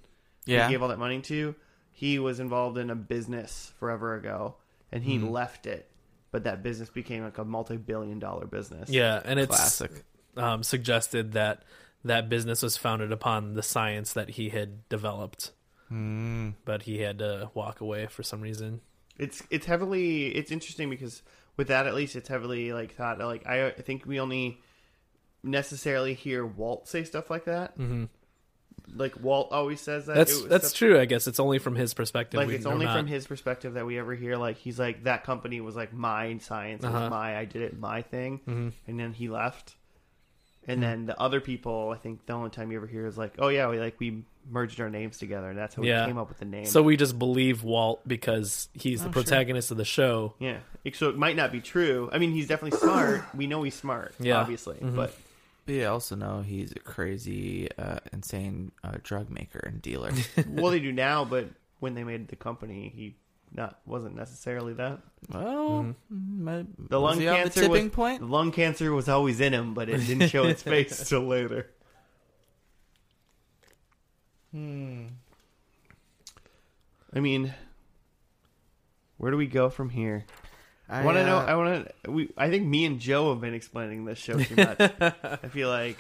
Speaker 1: yeah.
Speaker 3: Yeah.
Speaker 1: he gave all that money to, he was involved in a business forever ago, and
Speaker 2: Hmm.
Speaker 1: he left it. But that business became like a multi-billion-dollar business.
Speaker 2: Yeah, and it's
Speaker 3: Classic.
Speaker 2: um, suggested that that business was founded upon the science that he had developed,
Speaker 1: Hmm.
Speaker 2: mm. but he had to walk away for some reason.
Speaker 1: it's it's heavily it's interesting because with that at least it's heavily like thought like I, I think we only necessarily hear Walt say stuff like that. Mm-hmm. Like Walt always says that.
Speaker 2: That's
Speaker 1: It was
Speaker 2: that's
Speaker 1: stuff-
Speaker 2: true. I guess it's only from his perspective.
Speaker 1: Like
Speaker 2: we
Speaker 1: it's
Speaker 2: know
Speaker 1: only
Speaker 2: not-
Speaker 1: from his perspective that we ever hear. Like he's like that company was like my science, it
Speaker 2: Uh-huh.
Speaker 1: was my I did it, my thing,
Speaker 2: Mm-hmm.
Speaker 1: and then he left.
Speaker 2: Hmm.
Speaker 1: And then the other people, I think the only time you ever hear is like, oh yeah, we like we merged our names together, and that's how
Speaker 2: Yeah.
Speaker 1: we came up with the name.
Speaker 2: So we just believe Walt because he's the protagonist of the show.
Speaker 1: yeah, so it might not be true. I mean, he's definitely smart. we know he's smart,
Speaker 2: Yeah. Mm-hmm.
Speaker 1: obviously, but
Speaker 3: But you also know he's a crazy, uh, insane uh, drug maker and dealer.
Speaker 1: well, they do now. But when they made the company, he not wasn't necessarily that.
Speaker 3: well, my,
Speaker 1: The lung
Speaker 3: he on the
Speaker 1: cancer
Speaker 3: tipping
Speaker 1: was,
Speaker 3: point.
Speaker 1: The [laughs] lung cancer was always in him, but it didn't show its
Speaker 2: [laughs]
Speaker 1: face till later. Hmm. I mean, where do we go from here? I want to know.
Speaker 3: uh,
Speaker 1: I want to. We. I think me and Joe have been explaining this show too
Speaker 2: [laughs]
Speaker 1: much. I feel like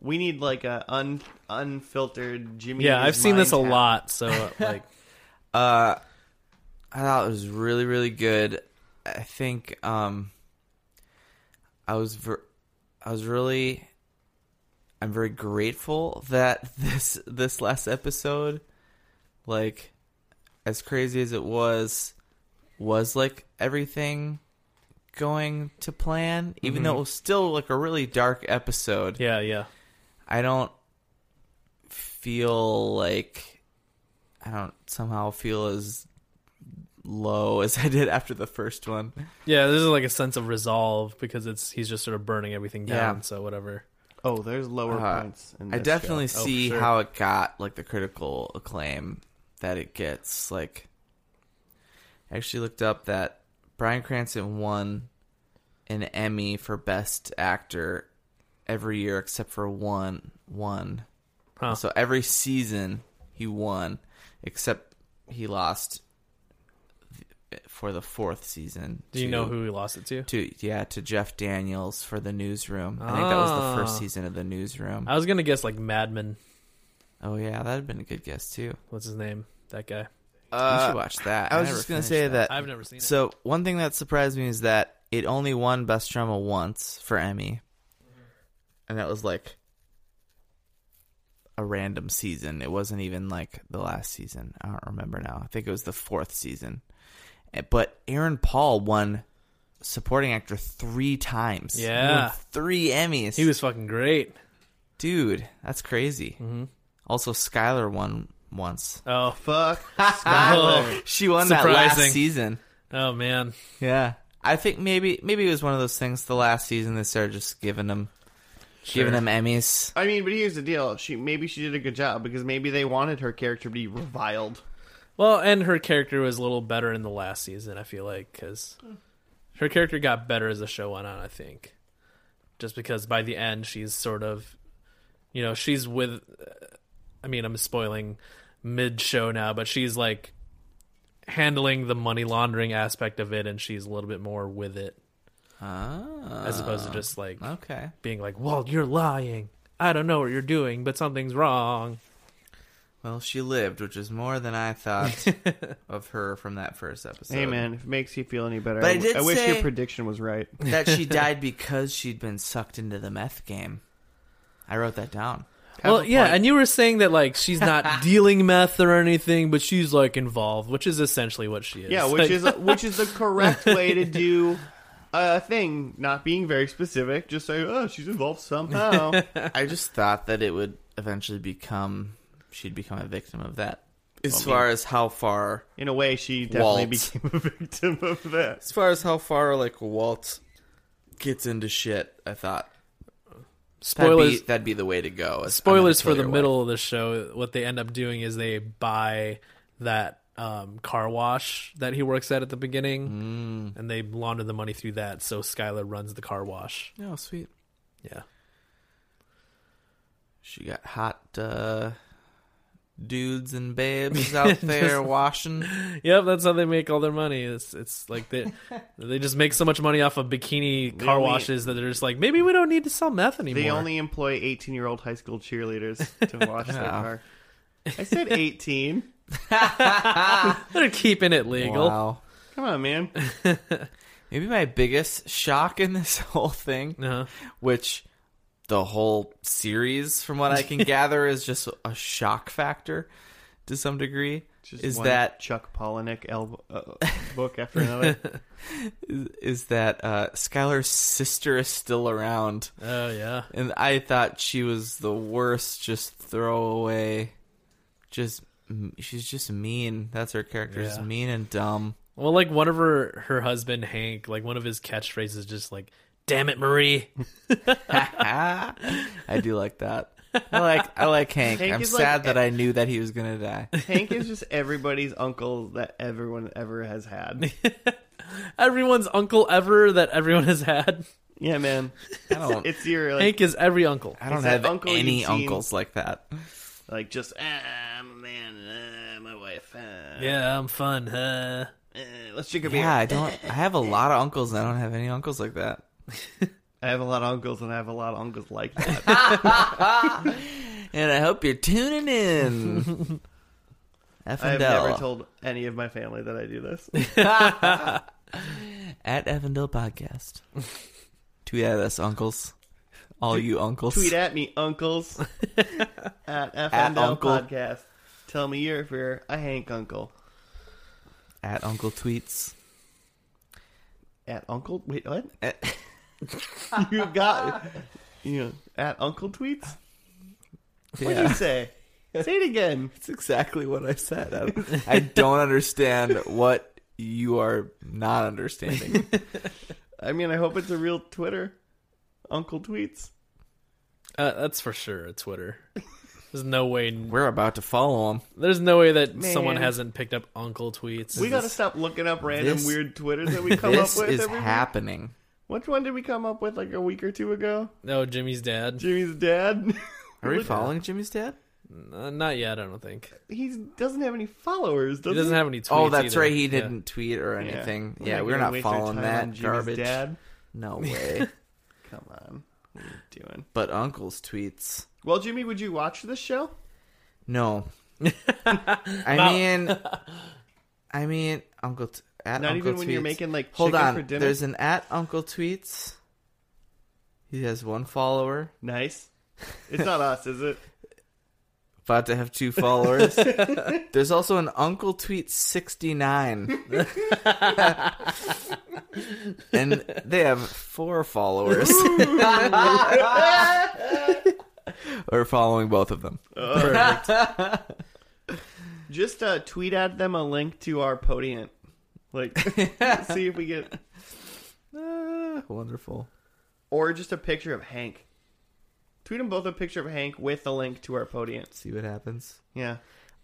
Speaker 1: we need like a un unfiltered Jimmy.
Speaker 2: Yeah,
Speaker 1: and his
Speaker 2: I've seen this a
Speaker 1: mind tap.
Speaker 2: lot. So
Speaker 1: [laughs]
Speaker 2: uh, like,
Speaker 3: Uh, I thought it was really, really good. I think um, I was ver- I was really I'm very grateful that [laughs] this this last episode, like as crazy as it was, was like everything going to plan. Even though it was still like a really dark episode,
Speaker 2: yeah, yeah,
Speaker 3: I don't feel like I don't somehow feel as low as [laughs] I did after the first one.
Speaker 2: yeah. There's like a sense of resolve because it's he's just sort of burning everything down.
Speaker 3: Yeah.
Speaker 2: So whatever.
Speaker 1: Oh, there's lower
Speaker 2: Uh-huh.
Speaker 3: Uh,
Speaker 1: points. In
Speaker 3: I
Speaker 1: this
Speaker 3: definitely
Speaker 1: show.
Speaker 2: Oh,
Speaker 3: see
Speaker 2: sure.
Speaker 3: how it got like the critical acclaim that it gets. Like, I actually looked up that Brian Cranston won an Emmy for Best Actor every year except for one. One.
Speaker 2: Huh.
Speaker 3: So every season he won, except he lost th- for the fourth season.
Speaker 2: Do you
Speaker 3: to-
Speaker 2: know who he lost it to?
Speaker 3: To yeah, to Jeff Daniels for the Newsroom. I think that was the
Speaker 2: Ah.
Speaker 3: first season of the Newsroom.
Speaker 2: I was gonna guess like Madman.
Speaker 3: Oh yeah, that'd been a good guess too.
Speaker 2: What's his name? That guy.
Speaker 3: you
Speaker 1: Uh,
Speaker 3: should watch that.
Speaker 1: I was
Speaker 3: never
Speaker 1: just gonna
Speaker 3: finished
Speaker 1: say that-
Speaker 2: I've never seen it.
Speaker 3: So one thing that surprised me is that it only won Best Drama once for Emmy, and that was like a random season. It wasn't even like the last season. I don't remember now. I think it was the fourth season. Eh, But Aaron Paul won supporting actor three times. He won
Speaker 2: Yeah.
Speaker 3: three Emmys.
Speaker 2: He was fucking great.
Speaker 3: dude. That's crazy.
Speaker 2: Mm-hmm.
Speaker 3: Also, Skylar won once.
Speaker 2: Oh,
Speaker 1: [laughs] Fuck.
Speaker 2: oh,
Speaker 3: She won that
Speaker 2: Surprising.
Speaker 3: last season.
Speaker 2: oh man.
Speaker 3: Yeah, I think maybe maybe it was one of those things. The last season they started just giving them, giving them Emmys.
Speaker 1: Oh. I mean, but here's the deal. She maybe she did a good job because maybe they wanted her character to be reviled.
Speaker 2: Well, and her character was a little better in the last season. I feel like because her character got better as the show went on. I think just because by the end she's sort of, you know, she's with. uh, I mean, I'm spoiling mid show now, but she's like handling the money laundering aspect of it, and she's a little bit more with it
Speaker 3: Ah,
Speaker 2: as opposed to just like
Speaker 3: okay.
Speaker 2: being like, "Well, you're lying. I don't know what you're doing, but something's wrong."
Speaker 3: Well, she lived, which is more than I [laughs] thought of her from that first episode.
Speaker 1: hey, man, if it makes you feel any better,
Speaker 3: But I
Speaker 1: I, w-
Speaker 3: did
Speaker 1: I wish
Speaker 3: say-
Speaker 1: your prediction was
Speaker 3: [laughs]
Speaker 1: right.
Speaker 3: that she died because she'd been sucked into the meth game. I wrote that down.
Speaker 2: well, yeah, and you were saying that like she's
Speaker 3: [laughs]
Speaker 2: not dealing meth or anything, but she's like involved, which is essentially what she is.
Speaker 1: Yeah,
Speaker 2: Like,
Speaker 1: which is which is the correct way to do
Speaker 3: [laughs]
Speaker 1: a thing. Not being very specific, just say, "Oh, she's involved somehow."
Speaker 3: [laughs] I just thought that it would eventually become she'd become a victim of that. As
Speaker 1: Well, I mean-
Speaker 3: far as how far
Speaker 1: In a way, she definitely
Speaker 3: Walt.
Speaker 1: became a victim of that.
Speaker 3: As far as how far like Walt gets into shit, I thought
Speaker 2: [laughs] spoilers.
Speaker 3: That'd be, that'd be the way to go. is, I'm
Speaker 2: spoilers for
Speaker 3: gonna kill
Speaker 2: the
Speaker 3: your
Speaker 2: middle of the show. What they end up doing is they buy that um, car wash that he works at at the
Speaker 3: Mm.
Speaker 2: beginning, and they launder the money through that. So Skylar runs the car wash.
Speaker 3: wife. Oh, sweet.
Speaker 2: Yeah,
Speaker 3: She got hot uh, dudes
Speaker 2: [laughs]
Speaker 3: and babes out there washing.
Speaker 2: yep. That's how they make all their money. It's it's like
Speaker 3: [laughs]
Speaker 2: they they just make so much money off of bikini car
Speaker 1: only-
Speaker 2: washes that they're just like maybe we don't need to sell meth anymore.
Speaker 1: They only employ eighteen-year-old high school
Speaker 3: [laughs]
Speaker 1: cheerleaders to wash their
Speaker 3: Yeah.
Speaker 1: car. I said eighteen.
Speaker 2: [laughs] They're keeping it legal.
Speaker 3: Wow.
Speaker 1: Come on,
Speaker 3: [laughs]
Speaker 1: man.
Speaker 3: Maybe my biggest shock in this [laughs] whole thing,
Speaker 2: Uh-huh.
Speaker 3: which the whole series, from what
Speaker 2: [laughs]
Speaker 3: I can gather, is just a shock factor to some degree,
Speaker 1: Just
Speaker 3: is
Speaker 1: one
Speaker 3: that
Speaker 1: Chuck Palahniuk el-
Speaker 3: [laughs]
Speaker 1: uh, book after another?
Speaker 3: is that uh, Skylar's sister is still around.
Speaker 2: Oh yeah.
Speaker 3: And I thought she was the worst, just throwaway. Just m- she's just mean. That's her character. Just
Speaker 2: Yeah.
Speaker 3: mean and
Speaker 1: [laughs]
Speaker 3: dumb.
Speaker 2: Well, like one of her her husband Hank, like one of his catchphrases, is just like "Damn it, Marie." [laughs]
Speaker 3: I do like that. I like I like Hank.
Speaker 1: Hank
Speaker 3: I'm
Speaker 1: is like- eh.
Speaker 3: sad that I knew that he was gonna die.
Speaker 1: Hank is just everybody's uncle that everyone ever has
Speaker 3: [laughs]
Speaker 1: had.
Speaker 2: Everyone's uncle ever that everyone has had.
Speaker 1: Yeah, man. [laughs]
Speaker 3: I don't.
Speaker 1: It's your like,
Speaker 2: Hank is every uncle.
Speaker 3: I don't
Speaker 1: It's that
Speaker 3: have
Speaker 1: Uncle
Speaker 3: any
Speaker 1: Eugene.
Speaker 3: uncles like that.
Speaker 1: like just ah, I'm a man, ah, uh, my wife. ah,
Speaker 2: Yeah, I'm fun. Huh?
Speaker 1: eh, Let's drink a beer.
Speaker 3: Yeah, I don't. I have a lot of uncles, and I don't have any uncles like that.
Speaker 1: I have a lot of uncles, and I have a lot of uncles like that.
Speaker 3: And I hope you're tuning in.
Speaker 1: [laughs]
Speaker 3: F
Speaker 1: I have
Speaker 3: [laughs] and
Speaker 1: never
Speaker 3: L
Speaker 1: told any of my family that I do
Speaker 3: [laughs]
Speaker 1: this.
Speaker 3: at F and L Podcast. [laughs] Tweet at us, uncles. All you uncles.
Speaker 1: Tweet at me, uncles, at
Speaker 3: At
Speaker 1: FML
Speaker 3: uncle.
Speaker 1: Podcast. Tell me your fear. I Hank Uncle.
Speaker 3: at Uncle Tweets.
Speaker 1: At Uncle? Wait, what?
Speaker 3: [laughs] At-
Speaker 1: [laughs] You got you know, at Uncle Tweets? What do you
Speaker 3: Yeah, [laughs]
Speaker 1: say? Say it again.
Speaker 3: that's exactly what I said. I- [laughs] I don't understand what you are not [laughs] understanding.
Speaker 1: I mean, I hope it's a real Twitter. Uncle Tweets.
Speaker 2: Uh, that's for sure. a Twitter. There's no way.
Speaker 3: We're about to follow him.
Speaker 2: There's no way that
Speaker 1: Man.
Speaker 2: someone hasn't picked up Uncle tweets.
Speaker 1: We got to stop looking up random
Speaker 3: this-
Speaker 1: weird Twitters that we come up
Speaker 3: This
Speaker 1: with
Speaker 3: is
Speaker 1: every week.
Speaker 3: happening.
Speaker 1: Which one did we come up with like a week or two ago?
Speaker 2: no Jimmy's dad.
Speaker 1: Jimmy's dad.
Speaker 3: [laughs] Are we
Speaker 1: Look-
Speaker 3: following Jimmy's dad?
Speaker 2: Uh, not yet. I don't think
Speaker 1: He doesn't have any followers, does
Speaker 2: he
Speaker 1: he?
Speaker 2: doesn't have any tweets.
Speaker 3: Oh, that's
Speaker 2: either.
Speaker 3: right. He
Speaker 2: Yeah.
Speaker 3: didn't tweet or anything. Yeah, we're
Speaker 1: gonna
Speaker 3: not
Speaker 1: waste our
Speaker 3: following
Speaker 1: time on
Speaker 3: that
Speaker 1: Jimmy's
Speaker 3: garbage.
Speaker 1: Dad.
Speaker 3: [laughs] No way.
Speaker 1: Come on. What are you doing?
Speaker 3: but uncle's tweets.
Speaker 1: Well, Jimmy, would you watch this show? [laughs]
Speaker 3: No. I mean, I mean, Uncle. T- at
Speaker 1: Not
Speaker 3: Uncle
Speaker 1: even when you're
Speaker 3: Tweets.
Speaker 1: making, like,
Speaker 3: Hold
Speaker 1: chicken
Speaker 3: on.
Speaker 1: for dinner?
Speaker 3: There's an at Uncle tweets. He has one follower.
Speaker 1: Nice. It's not us, is
Speaker 3: [laughs]
Speaker 1: it?
Speaker 3: About to have
Speaker 1: [laughs]
Speaker 3: two followers. There's also an Uncle
Speaker 1: [laughs]
Speaker 3: Tweet 69. and they have four
Speaker 1: [laughs]
Speaker 3: followers. We're following both of them.
Speaker 1: Oh. Just uh, tweet at them a link to our podient. Like, [laughs] see if we get,
Speaker 3: Ah, wonderful.
Speaker 1: or just a picture of Hank. Tweet them both a picture of Hank with a link to our podient.
Speaker 3: See what happens.
Speaker 1: Yeah.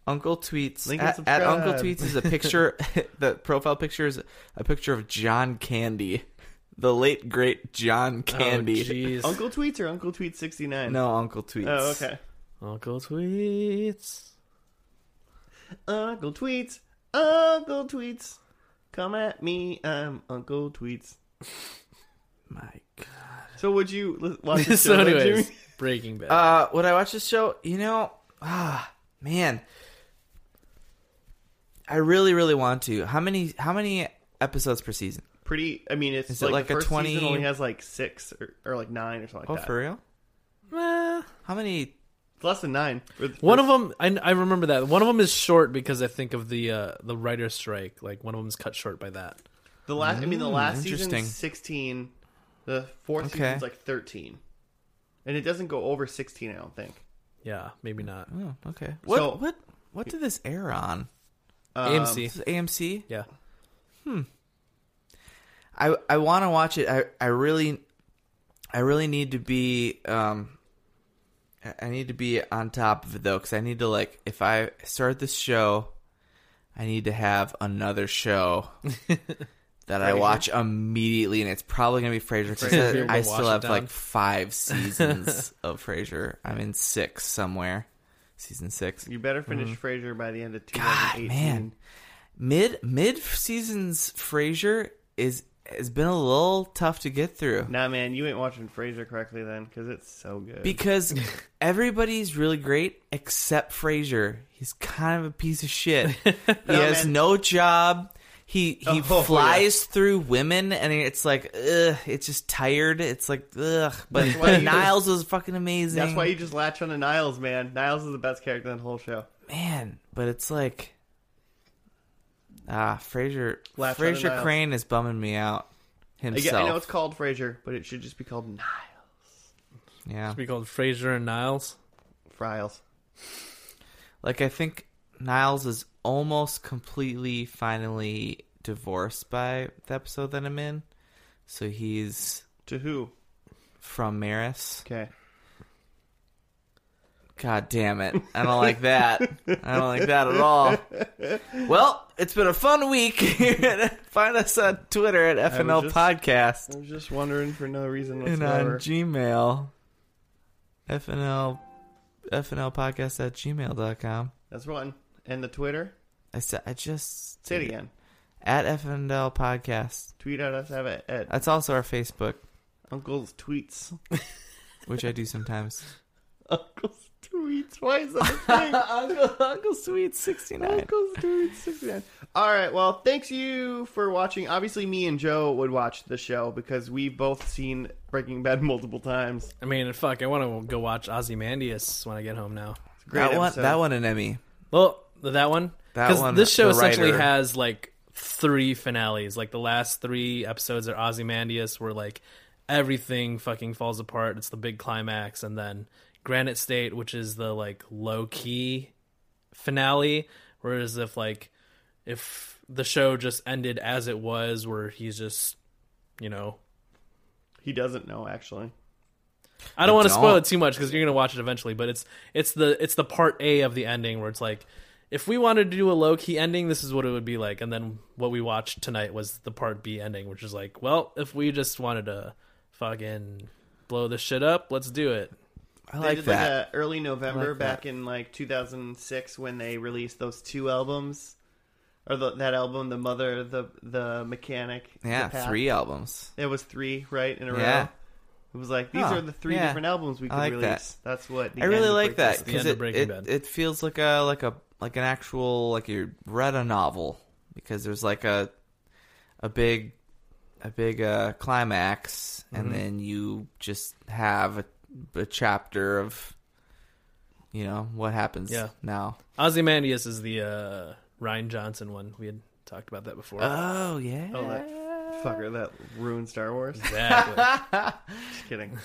Speaker 3: Uncle tweets
Speaker 1: Link and
Speaker 3: at, at Uncle
Speaker 1: subscribe. [laughs]
Speaker 3: tweets is a picture. [laughs] the profile picture is a picture of John Candy, the late great John
Speaker 2: Oh,
Speaker 3: Candy.
Speaker 2: jeez.
Speaker 1: Uncle Tweets or Uncle Tweet 69?
Speaker 3: no, Uncle tweets.
Speaker 1: Oh, okay.
Speaker 2: Uncle tweets.
Speaker 1: Uncle Tweets. Uncle Tweets. Come at me. I'm Uncle Tweets.
Speaker 3: My God.
Speaker 1: So would you li- watch
Speaker 3: [laughs]
Speaker 1: this
Speaker 2: [laughs] so,
Speaker 1: show, then,
Speaker 2: anyways,
Speaker 1: Jimmy?
Speaker 2: Breaking Bad.
Speaker 3: Uh, would I watch this show? You know, ah, man, I really, really want to. How many? How many episodes per season?
Speaker 1: Pretty. I mean, it's
Speaker 3: Is it
Speaker 1: like,
Speaker 3: like
Speaker 1: the
Speaker 3: a
Speaker 1: first
Speaker 3: 20
Speaker 1: season only has like six or, or like nine or something
Speaker 3: Oh,
Speaker 1: like that.
Speaker 3: for real?
Speaker 2: Eh,
Speaker 3: How many?
Speaker 1: It's less than nine. for the
Speaker 2: one
Speaker 1: first-
Speaker 2: of them, I, I remember that. One of them is short because I think of the uh, the writer's strike. Like one of them is cut short by that.
Speaker 1: The last. I mean, the
Speaker 3: Mm,
Speaker 1: last season
Speaker 3: interesting.
Speaker 1: sixteen. The fourth
Speaker 3: Okay.
Speaker 1: season's like thirteen, and it doesn't go over sixteen. I don't think.
Speaker 2: Yeah, maybe not.
Speaker 3: Oh, okay. What?
Speaker 1: So-
Speaker 3: what? What did this air on?
Speaker 1: Um,
Speaker 2: AMC.
Speaker 3: This is AMC.
Speaker 2: Yeah,
Speaker 3: I I want to watch it. I I really, I really need to be um, I- I need to be on top of it though, because I need to like if I start this show, I need to have
Speaker 2: [laughs]
Speaker 3: another show that I
Speaker 1: Frasier?
Speaker 3: watch immediately, and it's probably gonna be Frasier. 'cause
Speaker 2: Frasier,
Speaker 3: I, I
Speaker 2: we'll
Speaker 3: still
Speaker 2: wash it
Speaker 3: have
Speaker 2: down.
Speaker 3: like
Speaker 2: [laughs]
Speaker 3: five seasons of Frasier. I'm in six somewhere, season six.
Speaker 1: You better finish Frasier by the end of
Speaker 3: Mm-hmm. God,
Speaker 1: 2018.
Speaker 3: man, mid mid seasons Frasier is has been a little tough to get through.
Speaker 1: Nah, man, you ain't watching Frasier correctly then, because it's so good.
Speaker 3: because everybody's really great except Frasier. He's kind of a piece
Speaker 1: [laughs]
Speaker 3: of shit. He has
Speaker 1: man.
Speaker 3: no job. He he
Speaker 1: Oh,
Speaker 3: flies through women, and it's like ugh, it's just tired. It's like ugh. But,
Speaker 1: That's why
Speaker 3: but
Speaker 1: you-
Speaker 3: Niles was fucking amazing.
Speaker 1: That's why you just latch on to Niles, man. Niles is the best character in the whole show.
Speaker 3: man. But it's like ah, Frasier
Speaker 1: Laugh on the
Speaker 3: Frasier
Speaker 1: Niles.
Speaker 3: Crane is bumming me out
Speaker 1: Again,
Speaker 3: himself.
Speaker 1: I know it's called Frasier, but it should just be called Niles.
Speaker 3: yeah,
Speaker 2: be called Frasier and Niles.
Speaker 1: Friles.
Speaker 3: like I think Niles is almost completely finally divorced by the episode that I'm in. So he's
Speaker 1: To who?
Speaker 3: from Maris.
Speaker 1: Okay.
Speaker 3: God damn it. I don't like that. I don't like that at all. Well, it's been a fun week. [laughs] Find us on Twitter at
Speaker 1: was
Speaker 3: FNL
Speaker 1: just- I
Speaker 3: Podcast
Speaker 1: was just wondering for no reason
Speaker 3: and on
Speaker 1: whatsoever.
Speaker 3: Gmail. FNL FNL Podcast at gmail.com.
Speaker 1: That's one. And the Twitter?
Speaker 3: I said I just
Speaker 1: Say it again.
Speaker 3: at FNL Podcast.
Speaker 1: Tweet at us have it at
Speaker 3: That's also our Facebook,
Speaker 1: Uncle's Tweets.
Speaker 3: which I do sometimes.
Speaker 1: Uncle's Tweets. Why is that a
Speaker 3: [laughs]
Speaker 1: thing?
Speaker 3: Uncle, Uncle Sweet sixty nine.
Speaker 1: Uncle's Tweets 69. All right. Well, thanks you for watching. Obviously, me and Joe would watch the show because we've both seen Breaking Bad [laughs] multiple times.
Speaker 2: I mean, fuck, I want to go watch Ozymandias when I get home now.
Speaker 1: It's a great
Speaker 3: That one,
Speaker 1: episode.
Speaker 3: that one, an Emmy.
Speaker 2: Well, that one.
Speaker 3: That one,
Speaker 2: This show
Speaker 3: the
Speaker 2: essentially
Speaker 3: writer.
Speaker 2: has like three finales. Like the last three episodes are Ozymandias, where like everything fucking falls apart. It's the big climax, and then Granite State, which is the like low key finale, whereas if like if the show just ended as it was, where he's just you know.
Speaker 1: He doesn't know actually.
Speaker 2: I don't want to spoil
Speaker 3: don't.
Speaker 2: it too much because you're gonna watch it eventually, but it's it's the it's the part A of the ending where it's like, if we wanted to do a low key ending, this is what it would be like, and then what we watched tonight was the part B ending, which is like, well, if we just wanted to fucking blow this shit up, let's do it.
Speaker 3: I
Speaker 1: they
Speaker 3: like
Speaker 1: did
Speaker 3: that.
Speaker 1: like a early November
Speaker 3: like
Speaker 1: back in like 2006 when they released those two albums, or the, that album, the mother, the the mechanic. The
Speaker 3: yeah,
Speaker 1: Path.
Speaker 3: three albums.
Speaker 1: It was three, right in a
Speaker 3: Yeah.
Speaker 1: row. It was like these
Speaker 3: Huh,
Speaker 1: are the three
Speaker 3: yeah.
Speaker 1: different albums we
Speaker 3: I
Speaker 1: could
Speaker 3: like that.
Speaker 1: release. That's what the
Speaker 3: I really
Speaker 1: end
Speaker 3: like
Speaker 1: breakfast-
Speaker 3: that
Speaker 2: the
Speaker 3: because
Speaker 2: end of
Speaker 3: it,
Speaker 2: Breaking
Speaker 3: it,
Speaker 2: Bad.
Speaker 3: it feels like a like a like an actual like you read a novel because there's like a a big a big uh, climax and then you just have a, a chapter of you know what happens
Speaker 2: Yeah.
Speaker 3: now.
Speaker 2: Ozymandias is the uh, Ryan Johnson one. We had talked about that before.
Speaker 3: Oh yeah.
Speaker 1: Oh, that fucker that ruined Star Wars.
Speaker 2: exactly.
Speaker 1: Just
Speaker 3: [laughs]
Speaker 1: kidding.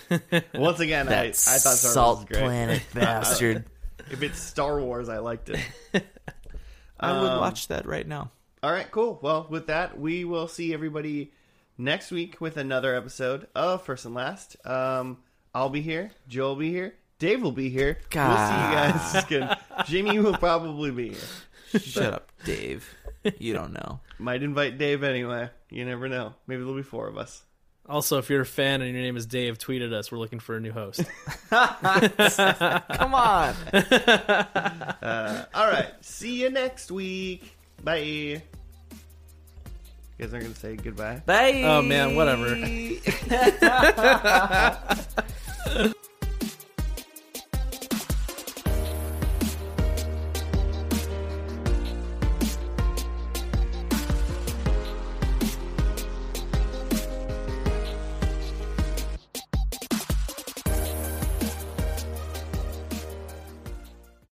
Speaker 1: Once again, I, I
Speaker 3: that
Speaker 1: thought Star
Speaker 3: salt
Speaker 1: Wars was great.
Speaker 3: [laughs] planet bastard.
Speaker 1: [laughs] If it's Star Wars, I liked
Speaker 3: [laughs]
Speaker 1: it.
Speaker 3: I would
Speaker 1: Um,
Speaker 3: watch that right now.
Speaker 1: All right, cool. Well, with that, we will see everybody next week with another episode of First and Last. Um, I'll be here. Joe will be here. Dave will be here. We'll see you guys. Good. Jimmy will probably be here.
Speaker 3: Shut up, Dave. You don't know.
Speaker 1: Might invite Dave anyway. You never know. Maybe there'll be four of us.
Speaker 2: also, if you're a fan and your name is Dave, tweet at us. We're looking for a new host.
Speaker 3: [laughs] Come on.
Speaker 1: All right. See you next week. Bye. You guys aren't going to say goodbye.
Speaker 3: Bye. [laughs]
Speaker 2: Oh, man, whatever.